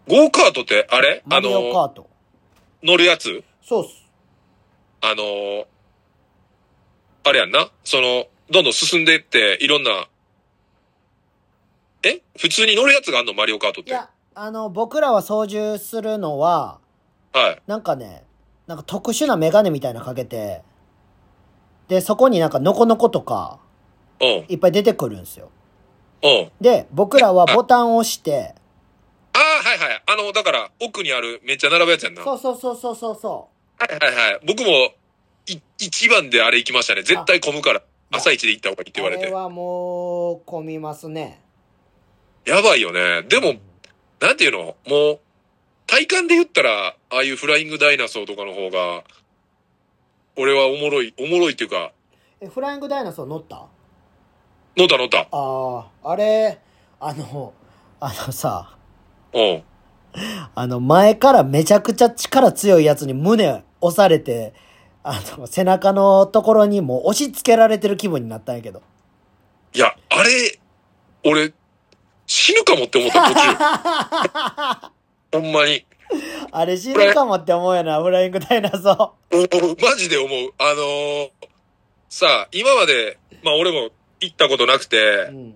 ゴーカートって、あれ
マ
あ
リオカ
の、
ート。
乗るやつ
そうっす。
あの、あれやんなその、どんどん進んでって、いろんな、え普通に乗るやつがあんのマリオカートっ
い
て。は
や、あの、僕らは操縦するのは、
い。
なんかね、なんか特殊なメガネみたいなのかけて、で、そこになんかノコノコとか、
うん。
いっぱい出てくるんですよ。
うん。
で、僕らはボタンを押して、
ああ、はいはい。あの、だから、奥にある、めっちゃ並ぶやつやんな。は
そうそうそうそうそうそ
いはいはい。僕も、い、一番であれ行きましたね。絶対混むから、
あ
朝一で行った方がいいって
う。あ
言われ
れ
て。
はもう、混みますね。
やばいよね。でも、なんていうのもう、体感で言ったら、ああいうフライングダイナソーとかの方が、俺はおもろい、おもろいっていうか、
え、フライングダイナソー乗った
乗った乗った。
ああ、あれ、あの、あのさ、
うん。
あの、前からめちゃくちゃ力強いやつに胸押されて、あの、背中のところにもう押し付けられてる気分になったんやけど。
いや、あれ、俺、死ぬかもって思った途中。 ほんまに。
あれ死ぬかもって思うよな、フライングダイナソ
マジで思う。あのーさあ、今まで、まあ俺も行ったことなく
ー。う
て、
ん。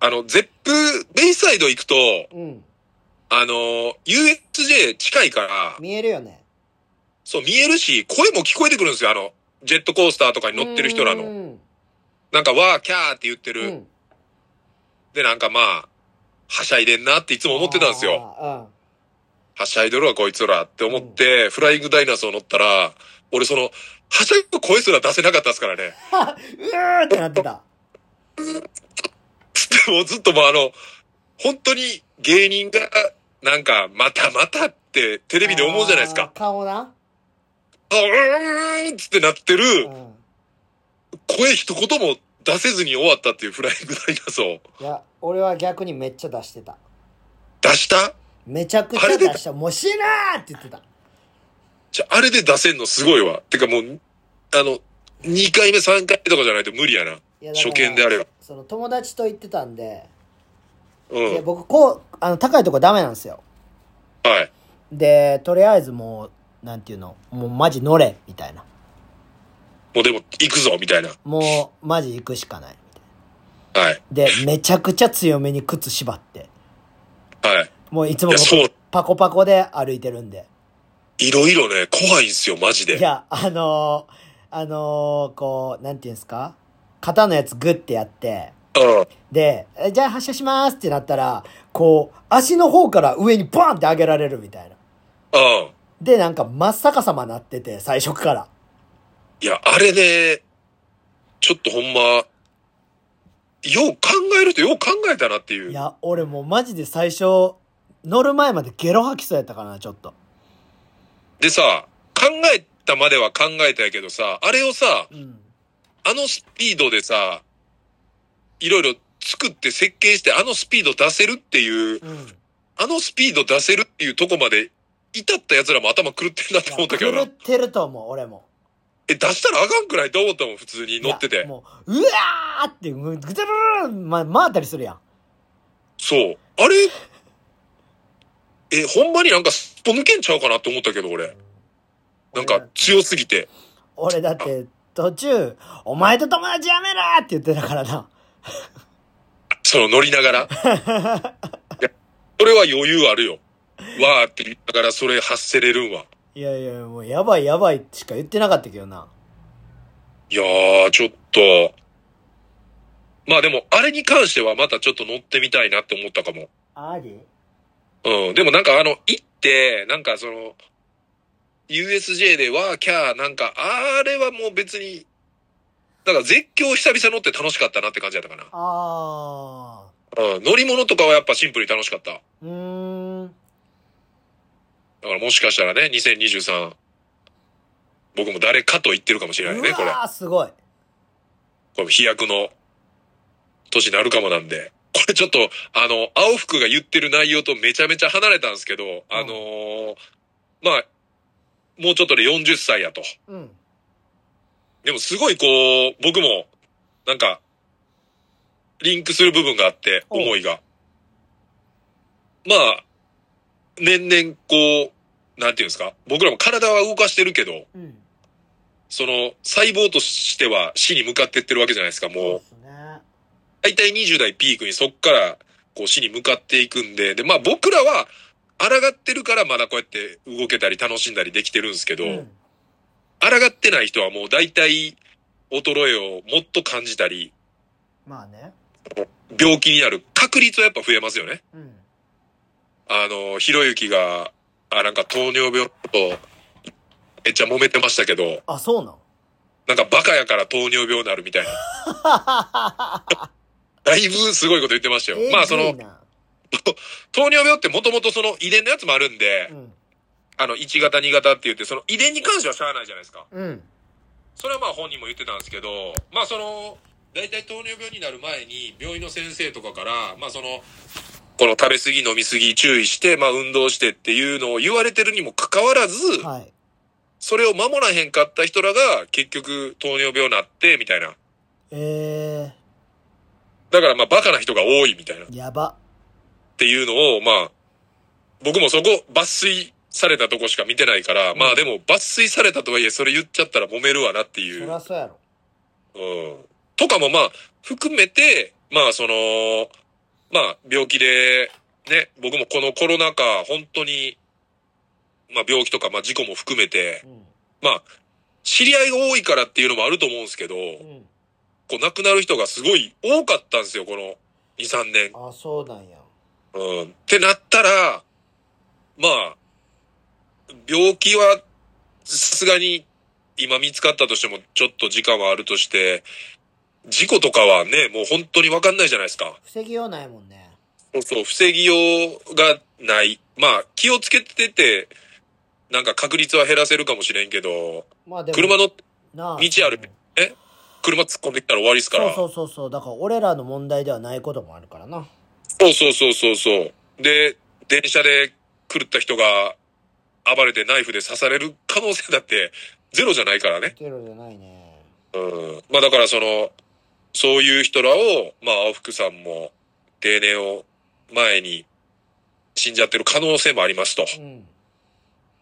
あの、ゼップ、ベイサイド行くと、
うん。
あのー USJ 近いから、
見えるよね。
そう見えるし、声も聞こえてくるんですよ。あの、ジェットコースターとかに乗ってる人ら
う
の。
ん。
なんか、わー、キャーって言って
う
る。
ん
で、なんかまあ、はしゃいでんなっていつも思ってたんですよ。
あ
はしゃいでるわ、こいつらって思って、フライングダイナソー乗ったら、俺その、はしゃぐ声すら出せなかったですからね。
ーうん。うーってなってた。
つってもうずっともうあの、本当に芸人が、なんか、またまたってテレビで思うじゃないです
あ
か
ー。顔な。
あうーんっつってなってる、
うん。
声一言も出せずに終わったっていうフライングダイナソー。
いや、俺は逆にめっちゃ出してた。
出した
めちゃくちゃ出した。もう死ぬーって言ってた。
じゃあ、あれで出せんのすごいわ。てかもう、あの、2回目3回目とかじゃないと無理やな。
いやだか
初
ら
見であれば。
その友達と行ってたんで、
うん。
で僕こう、あの、高いとこダメなんですよ。
はい。
で、とりあえずもう、なんていうの、もうマジ乗れ、みたいな。
もうでも、行くぞ、みたいな。
もう、マジ行くしかない。
はい。
で、めちゃくちゃ強めに靴縛って。
はい。
もういつ
い
も
や、そう。
パコパコで歩いてるんで。
いろいろね、怖いんすよ、マジで。
いや、あのーあのーこう、なんていうんですか肩のやつグッてやって、
うん。
で、えじゃあ発射しますってなったら、こう、足の方から上にバーンって上げられるみたいな。
うん。
で、なんか真っ逆さまなってて、最初から。
いや、あれね、ちょっとほんま、よう考えるとよう考えたなっていう。
い
いや、
や、俺もうマジで最初、乗る前までゲロ吐きそうやったからな、ちょっと。
でさ、考えたまでは考えたやけどさ、あれをさ、
うん。
あのスピードでさ、いろいろ作って設計して、あのスピード出せるっていう、
うん。
あのスピード出せるっていうとこまで、至った奴らも頭狂ってんなって思ったけど
狂っ
な。
てると思う、俺も。
え、出したらあかんくらいと思ったもん、普通に乗って
いや
て。
もう、うわーって、ぐぐたるるるま、回ったりするやん。
そう。あれ、え、ほんまになんかすっぽ抜けんちゃうかなって思ったけど、俺。なんか強すぎて。
俺だって、途中、お前と友達やめろって言ってたからな。
その乗りながら。 いやそれは余裕あるよ。わーって言いながらそれ発せれるんわ。
いやいや、もう、やばいやばいしか言ってなかったけどな。
いやー、ちょっと。まあでも、あれに関してはまたちょっと乗ってみたいなって思ったかも。
あり
うん。でもなんかあの、行って、なんかその、USJ でわーキャー、なんか、あれはもう別に、だから絶叫久々乗って楽しかったなって感じだったかな。
あ
うん。乗り物とかはやっぱシンプルに楽しかった。
ー。うーん。
だからもしかしたらね、2023、僕も誰かと言ってるかもしれないうね、これ。
わー、すごい。
この飛躍の年になるかもなんで。これちょっと、あの、青福が言ってる内容とめちゃめちゃ離れたんですけど、あのーまあ、もうちょっとで40歳やと。
うん。
でもすごいこう、僕も、なんか、リンクする部分があって、
おう
思いが。まあ、年々こう、なんていうんですか、僕らも体は動かしてるけど、
うん。
その、細胞としては死に向かってってるわけじゃないですか、
そう
もう
で。すね。
大体20代ピークにそっから、こう死に向かっていくんで、で、まあ僕らは、抗ってるからまだこうやって動けたり楽しんだりできてるんですけど、
うん。
抗ってない人はもう大体衰えをもっと感じたり、
まあね。
病気になる確率はやっぱ増えますよね。
うん。
あの、ひろゆきが、あ、なんか糖尿病と、めっちゃ揉めてましたけど、
あ、そうなん。
なんかバカやから糖尿病になるみたいな。だいぶすごいこと言ってましたよ。まあそ
え
の
ぐい、な
糖尿病ってもともとその遺伝のやつもあるんで、
うん。
あの、1型2型って言って、その遺伝に関してはしゃあないじゃないですか。
うん。
それはまあ本人も言ってたんですけど、まあその、大体糖尿病になる前に病院の先生とかから、まあその、この食べ過ぎ飲み過ぎ注意して、まあ運動してっていうのを言われてるにもかかわらず、
はい。
それを守らへんかった人らが結局糖尿病になって、みたいな。
え
だからまあバカな人が多いみたいな。っ
ー、やば。
ていうのを、まあ、僕もそこ抜粋されたとこしか見てないから、まあでも抜粋されたとはいえそれ言っちゃったら揉めるわなっていう。
そりゃそうやろ。
うんとかもまあ、含めて、まあその、まあ病気で、ね、僕もこのコロナ禍、本当に、まあ病気とか、まあ事故も含めて
う、ん。
まあ、知り合いが多いからっていうのもあると思うんですけど、
うん。
こう亡くなる人がすごい多かったんですよ、この2、3年。
あ、そうなんや。
うん。ってなったら、まあ、病気は、さすがに、今見つかったとしても、ちょっと時間はあるとして、事故とかはね、もう本当にわかんないじゃないですか。
防ぎようないもんね。
そうそう、防ぎようがない。まあ、気をつけてて、なんか確率は減らせるかもしれんけど、
まあでも、
車の
なあ
道あるえ車突っ込んできたら終わりですから。
そうそうそうそう。だから俺らの問題ではないこともあるからな。
そうそうそうそうそう。で、電車で狂った人が暴れてナイフで刺される可能性だってゼロじゃないからね。
ゼロじゃないね。
うん。まあだからその、そういう人らを、まあ青福さんも定年を前に死んじゃってる可能性もありますと。
うん。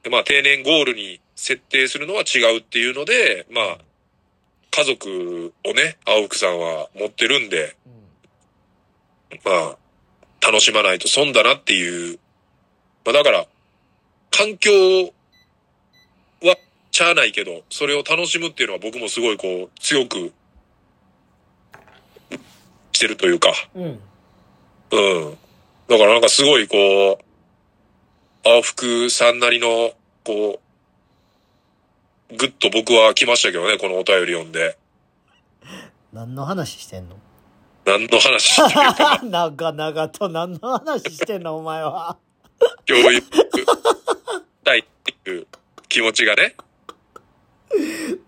でまあ定年ゴールに設定するのは違うっていうので、まあ家族をね、青福さんは持ってるんで、
うん。
まあ、楽しまないと損だなっていう。まあだから、環境はしゃあないけど、それを楽しむっていうのは僕もすごいこう、強くしてるというか、
うん。
うん。だからなんかすごいこう、青福さんなりの、こう、ぐっと僕は来ましたけどね、このお便り読んで。
何の話してんの
何の話っていうか、
長々と何の話してんのお前は。
共有したいっていう気持ちがね。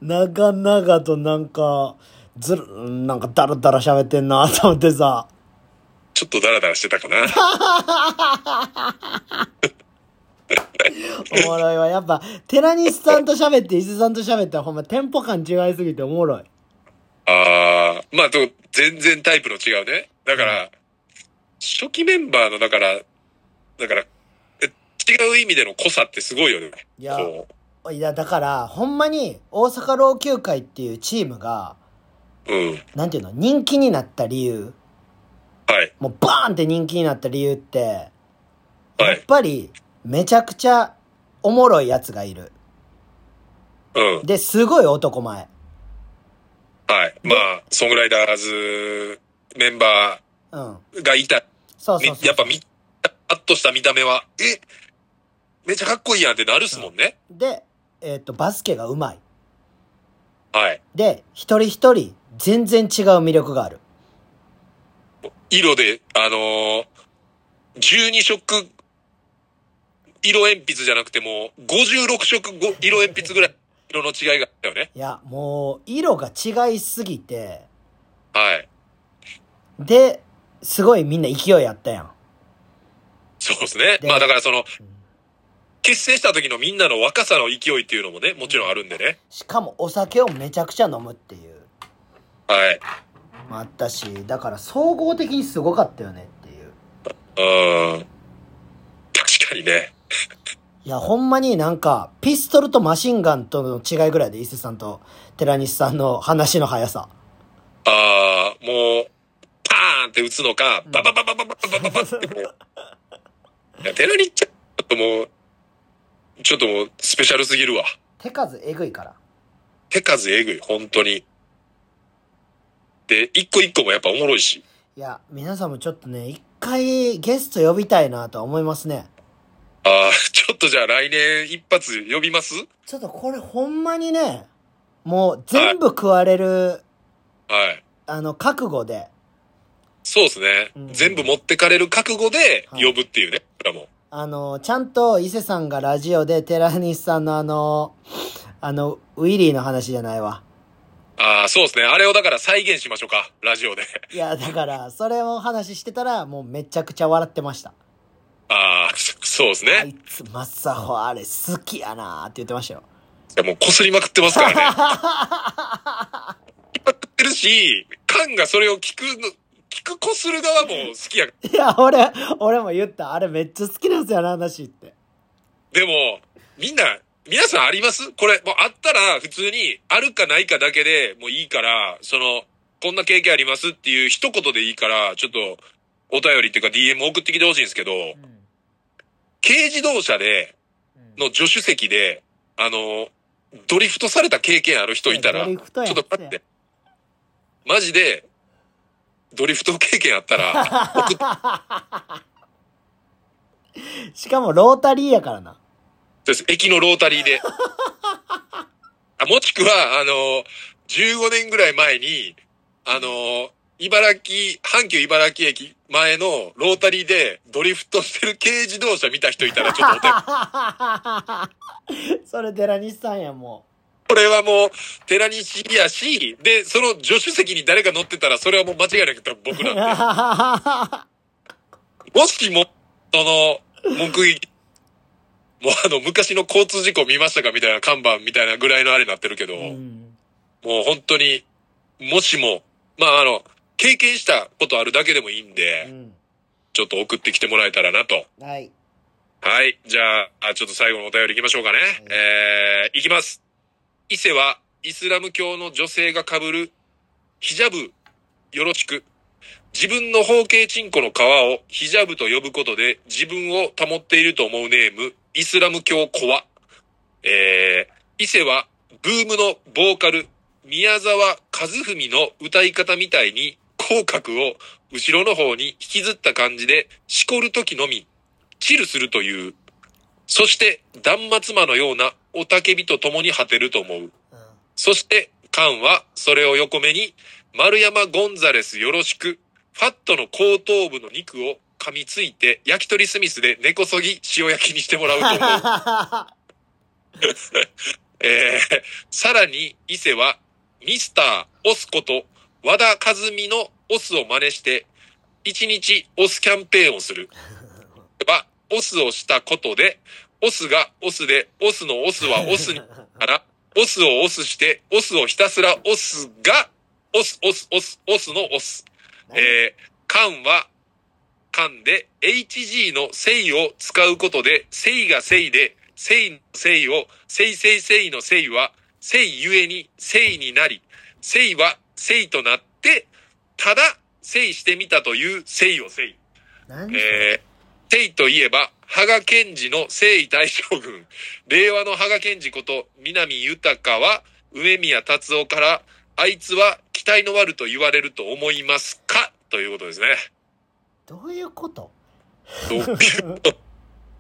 長々となんか、ずる、なんかダラダラ喋ってんなと思ってさ。
ちょっとダラダラしてたかな。
おもろいわ。やっぱ、寺西さんと喋って、伊勢さんと喋ったらほんまテンポ感違いすぎておもろい。
ああ、まあ、と全然タイプの違うね。だから、初期メンバーの、だから、だから、え違う意味での濃さってすごいよね。
いや
こ
いや、だから、ほんまに、大阪老朽会っていうチームが、
う。うん。
なんていうの、人気になった理由、
はい。
もうバーンって人気になった理由って、
は
やっ
い。
ぱり、めちゃくちゃ、おもろいやつがいる。
うん。
で、すごい男前。
はい。まあ、ソングライダーズメンバ
うん。
ーがいた。
そう
み
そうそう。
やっぱみ、パッとした見た目は、え、めちゃかっこいいやんってなるっすもんね。
で、えっ、と、バスケがうまい。
はい。
で、一人一人、全然違う魅力がある。
色で、あのー、12色、色鉛筆じゃなくても、56色ご色鉛筆ぐらい色の違いがあったよね。
いや、もう、色が違いすぎて、
はい。
で、すごいみんな勢いあったやん。
そうですね。
で
まあだからその、結成した時のみんなの若さの勢いっていうのもね、もちろんあるんでね。
しかもお酒をめちゃくちゃ飲むっていう、
はい。
まあ、あったし、だから総合的にすごかったよねっていう。
うん。確かにね。
いや、ほんまになんか、ピストルとマシンガンとの違いぐらいで、伊勢さんと寺西さんの話の速さ。
ああ、もう、パーンって打つのか
うん、
バババババババババってもう。いや、寺に行っちゃうともう、ちょっともう、スペシャルすぎるわ。
手数えぐいから。
手数えぐい、本当に。で、一個一個もやっぱおもろいし。
いや、皆さんもちょっとね、一回ゲスト呼びたいなとは思いますね。
ああ、 ちょっとじゃあ来年一発呼びます
ちょっとこれほんまにね、もう全部食われる、
はい。
あの、覚悟で、
そうですね、
うん
全部持ってかれる覚悟で
はい
呼ぶっていうね。これはもう
あの、ちゃんと伊勢さんがラジオで寺西さんのあの、あの、ウィリーの話じゃないわ。
ああ、そうですね。あれをだから再現しましょうか。ラジオで。
いや、だから、それを話してたら、もうめちゃくちゃ笑ってました。
ああ、そそうですね。
あいつ、マッサホあれ好きやなーって言ってましたよ。
いや、もう擦りまくってますからね。擦りまくってるし、カンがそれを聞くの、聞くこする側も好きや。
いや、俺、俺も言った。あれめっちゃ好きなんですよ、あの話って。
でも、みんな、皆さんありますこれ、もうあったら普通に、あるかないかだけでもういいから、その、こんな経験ありますっていう一言でいいから、ちょっと、お便りっていうか DM 送ってきてほしいんですけど、軽自動車で、の助手席で、あの、ドリフトされた経験ある人いたら、
ドリ
ち
フト
ょ
や
っと待って。マジで、ドリフト経験あったら、
しかもロータリーやからな。
そうです。駅のロータリーで。あもしくは、あの、15年ぐらい前に、あの、茨城、阪急茨城駅前のロータリーでドリフトしてる軽自動車見た人いたらちょっとお手
それ寺西さんや、も
これはもう、寺西やし、で、その助手席に誰か乗ってたら、それはもう間違いなく多分
う。
僕 なんで。もしも、その、目撃、もうあの、昔の交通事故見ましたかみたいな看板みたいなぐらいのあれになってるけど、
うん
もう本当に、もしも、まああの、経験したことあるだけでもいいんで、
うん
ちょっと送ってきてもらえたらなと。
はい。
はい。じゃあ、あちょっと最後のお便り行きましょうかね。えー、いきます。伊勢は、イスラム教の女性が被る、ヒジャブ、よろしく。自分の包茎チンコの皮をヒジャブと呼ぶことで自分を保っていると思うネーム、イスラム教コア。えー、伊勢は、ブームのボーカル、宮沢和文の歌い方みたいに、口角を後ろの方に引きずった感じで、しこるときのみ、チルするという、そして断末魔のようなおたけびと共に果てると思う。
うん
そして、カンはそれを横目に、丸山ゴンザレスよろしく、ファットの後頭部の肉を噛みついて、焼き鳥スミスで根こそぎ塩焼きにしてもらうと思う。えー、さらに伊勢は、ミスターオスこと、和田和美のオスを真似して、一日オスキャンペーンをする。は、オスをしたことで、オスがオスで、オスのオスはオスにから、オスをオスして、オスをひたすらオスが、オス、オス、オス、オスのオス。えー、缶は、缶で、HG のせいを使うことで、せいがせいで、せいのせいを、せいせいせいのせいは、せいゆえにせいになり、せいはせいとなって、ただ、せいしてみたというせいをせい。
何
えー、テイといえば、羽賀健二の征夷大将軍、 令和の羽賀健二こと南豊は、上宮達夫から、あいつは期待の悪と言われると思いますかということですね。
どういうこと
どう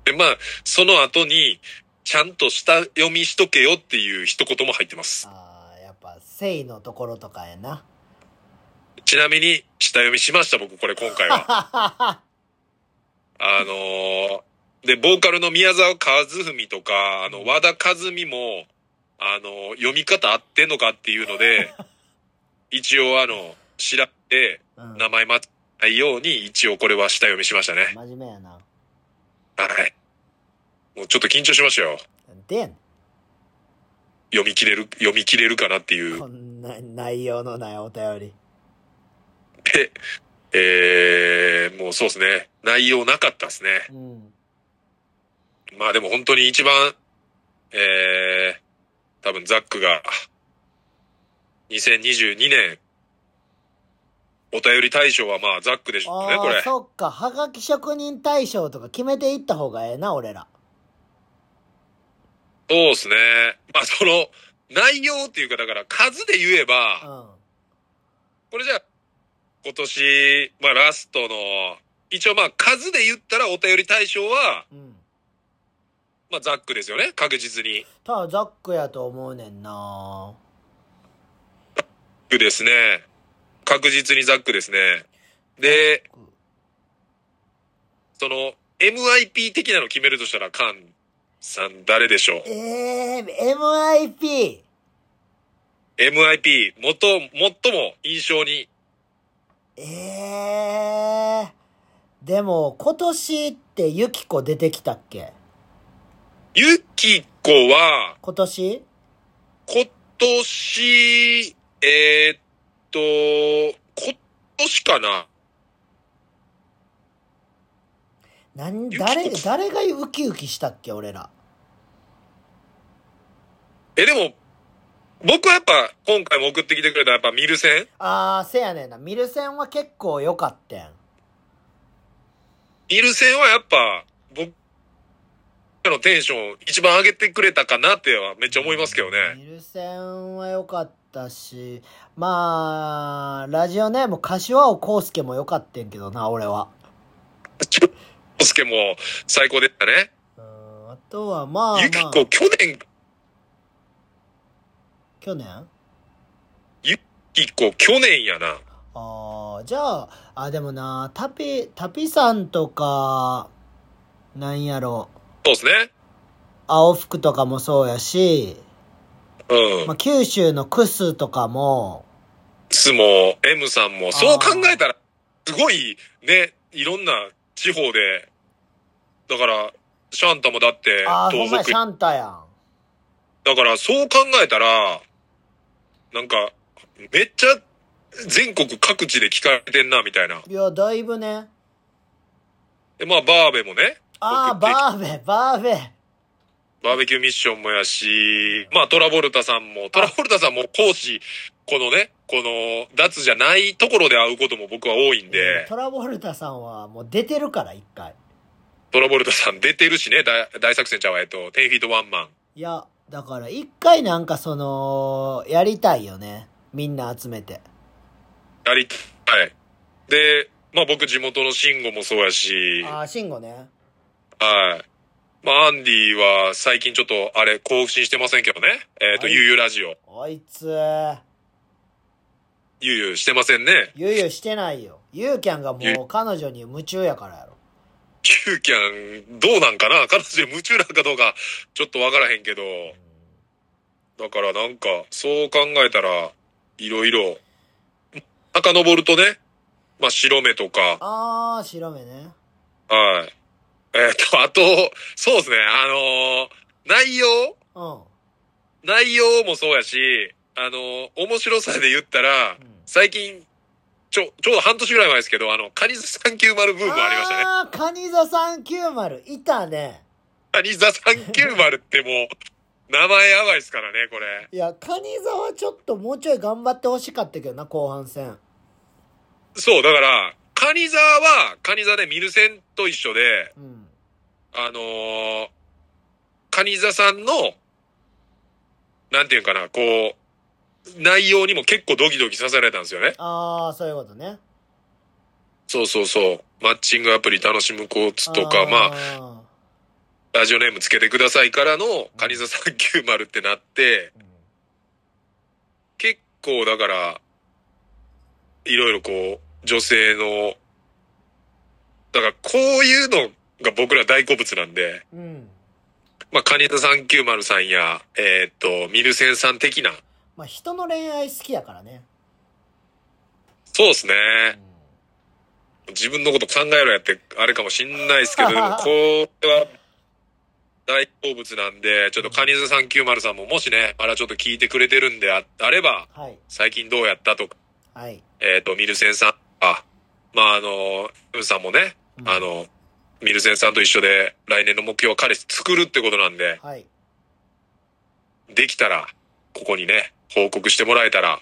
で、まあ、その後に、ちゃんと下読みしとけよっていう一言も入ってます。
ああ、やっぱ、誠意のところとかやな。
ちなみに、下読みしました、僕、これ今回は。あのーで、ボーカルの宮沢和文とか、あの、和田和美も、あのー読み方合ってんのかっていうので、一応あの、調べて、
うん。
名前間違えないように一応これは下読みしましたね。
真面目やな。
はい。もうちょっと緊張しましたよ。
なんでやね
読み切れる、読み切れるかなってい
ん。こ
う。
んな内容のないお便り。
で、 えー、もうそうですね。内容なかったですね。
うん。
まあでも本当に一番、えー、多分ザックが、2022年、お便り大賞はまあザックでしょうね、
あ
こ
あ、
れ。
そっか。はがき職人大賞とか決めていった方がええな、俺ら。
そうですね。まあその、内容っていうかだから数で言え
う
ば、
ん。
これじゃあ、今年、まあラストの、一応まあ数で言ったらお便り大賞は、
うん。
まあザックですよね、確実に。
ただ、ザックやと思うねんな。
ザックですね。確実にザックですね。で、その、MIP 的なの決めるとしたら、カンさん誰でしょう
えー、MIP!
?MIP、もと、最も印象に、
えー、でも、今年ってユキコ出てきたっけ
ユキコは、
今年
今年、えーっと、今年かな
何、
ユキコ
誰、誰がウキウキしたっけ俺ら。
え、でも、僕はやっぱ、今回も送ってきてくれた、やっぱ、ミルセン
あー、せやねんな。ミルセンは結構良かったん。
ミルセンはやっぱ、僕のテンション一番上げてくれたかなっては、めっちゃ思いますけどね。
ミルセンは良かったし、まあ、ラジオネーム、柏尾康介も良かったんけどな、俺は。
コスケも最高でしたね。
うん、あとは、まあ、
ユキ
まあ、
コ、去年
去年
一個去年やな。
ああ、じゃあ、あ、でもな、タピ、タピさんとか、なんやろ、
そうですね。
青服とかもそうやし、
う
まあ、
ん。
九州のクスとかも、
スも M さんも、そう考えたら、すごいね、いろんな地方で、だから、シャンタもだって
ああ、、ほんまや
東
シ
北、
ャンタやん。
だからそう考えたら、なんか、めっちゃ全国各地で聞かれてんな、みたいな。
いや、だいぶね。
で、まあ、バーベもね、
ああ、
送ってき
バーベ、バーベ。
バーベキューミッションもやし、まあ、トラボルタさんも、トラボルタさんも講師、このね、この、脱じゃないところで会うことも僕は多いんで、
トラボルタさんはもう出てるから、一回。
トラボルタさん出てるしね、大大作戦ちゃうわ、えっと、10フィートワンマン。
いや、だから一回なんかその、やりたいよね。みんな集めて。
やりたい。で、まあ僕地元のシンゴもそうやし、
ああ、シンゴね。
はい。まあアンディは最近ちょっとあれ、更新してませんけどね。えっ、と、
はい
ゆうゆうラジオ。
あいつ、
ゆうゆうしてませんね。
ゆうゆうしてないよ。ゆうきゃんがも
ゆ
う彼女に夢中やからやろ。
キューキャン、どうなんかな彼女に夢中なんかどうか、ちょっとわからへんけど。だからなんか、そう考えたら、いろいろ、遡るとね、まあ白目とか、
ああ、白目ね。
はい。えっ、と、あと、そうですね、あのー内容
うん。うん。
内容もそうやし、あのー面白さで言ったら、最近、ちょ、ちょうど半年ぐらい前ですけど、あの、カニザ390ブームありましたね。
ああ、カニザ390、いたね。
カニザ390ってもう、名前やばいですからね、これ。
いや、カニザはちょっともうちょい頑張ってほしかったけどな、後半戦。
そう、だから、カニザは、カニザでミルセンと一緒で、
うん。
あのーカニザさんの、なんていうかな、こう、内容にも結構ドキドキさせられたんですよね。
ああ、そういうことね。
そうそうそう。マッチングアプリ楽しむコツとか、まあ、
あ
ラジオネームつけてくださいからの、カニザ390ってなって、
ー、
結構だから、いろいろこう、女性の、だからこういうのが僕ら大好物なんで、
うん。うん。
まあ、カニザ390さんや、えーっと、ミルセンさん的な、
まあ、人の恋愛好きやからね。
そうですね。
う
自分のこと考えろやって、あれかもしんないですけど、で もこれは大好物なんで、ちょっとカニズ390さんももしね、まだちょっと聞いてくれてるんでああれば、
んはい。
最近どうやったとか、
はい。
えっ、と、ミルセンさんとか、まああの、M さんもね、
うん
あ、の、ミルセンさんと一緒で来年の目標は彼氏作るってことなんで、
はい。
できたら、ここにね、報告してもらえたら、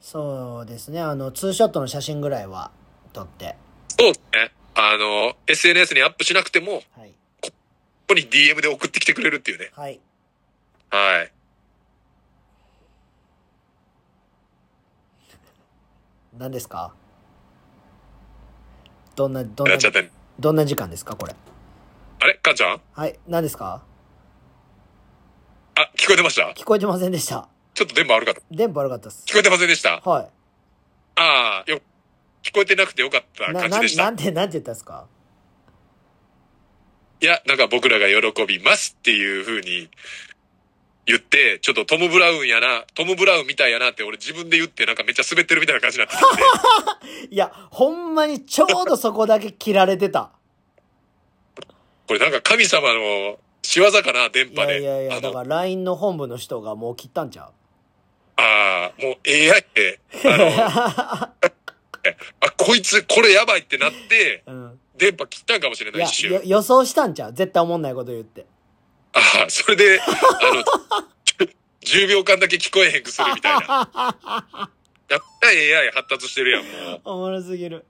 そうですね。あの、ツーショットの写真ぐらいは撮って。
そうですね。あの、SNS にアップしなくても、
はい。
ここに DM で送ってきてくれるっていうね。
はい。
はい。
何ですかどんな、どん
や
な
っちゃ、ったね。
どんな時間ですかこれ。
あれかんちゃん
はい。何ですか
あ、聞こえてました
聞こえてませんでした。
ちょっと電波悪かった。
電波悪かったです
聞。こえてませんでした
は
ああ、よ、聞こえてなくてよかっ
い。
た
な、な
感じ
ん
でし
な
た。
んて、なんて言ったんですか
いや、なんか僕らが喜びますっていう風に言って、ちょっとトム・ブラウンやな、トム・ブラウンみたいやなって俺自分で言ってなんかめっちゃ滑ってるみたいな感じ になってきて。
いや、ほんまにちょうどそこだけ切られて た。
これなんか神様の仕業かな、電
い
波
や
で。
いやいや、
あ
だ
の
から LINE の本部の人がもう切ったんちゃう
ああ、もう AI って、 あの、あ、こいつこれやばいってなって、
うん。
電波切ったんかもしれないい、
や
一、
よ
瞬。
予想したんちゃう絶対思んないこと言って。
ああ、それで、あの、10秒 間だけ聞こえへんくするみたいな。やっぱり AI 発達してるやん、も
おもろすぎる。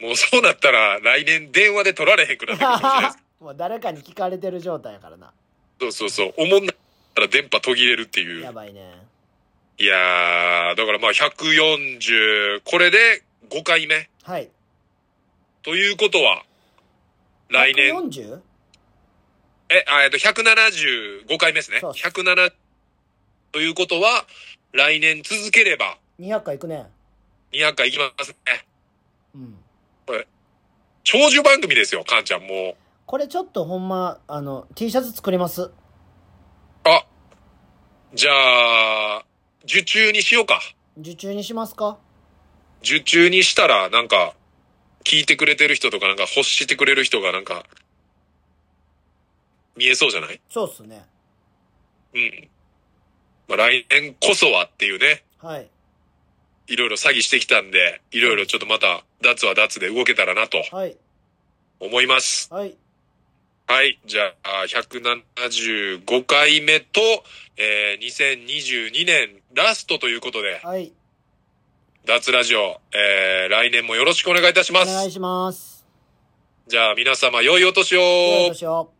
う。もうそうなったら来年電話で取られへんくなってくるかもしれないです。
もう誰かに聞かれてる状態やからな。
そ うそうそう。おもんなったら電波途切れるっていう。
やばいね。
いやー、だからまあ140、これで5回目。
はい。
ということは、来年、
140?
え、あえっと、175回目ですね。
そうです
107、ということは、来年続ければ
200回いくね。
200回いきますね。
うん。
長寿番組ですよ、かんちゃん、もう。
これちょっとほんま、あの、T シャツ作ります。
あ、じゃあ、受注にしようか。
受注にしますか
受注にしたら、なんか、聞いてくれてる人とか、なんか欲してくれる人が、なんか、見えそうじゃない
そうっすね。
うん。まあ、来年こそはっていうね、
はい。
いろいろ詐欺してきたんで、いろいろちょっとまた、脱は脱で動けたらなと
はい。
思います。
はい。
はい。じゃあ、175回目と、えー、2022年ラストということで、
はい。
脱ラジオ、えー、来年もよろしくお願いいたし
お
ます。
願いします。
じゃあ皆様良いお年を
どうしよう。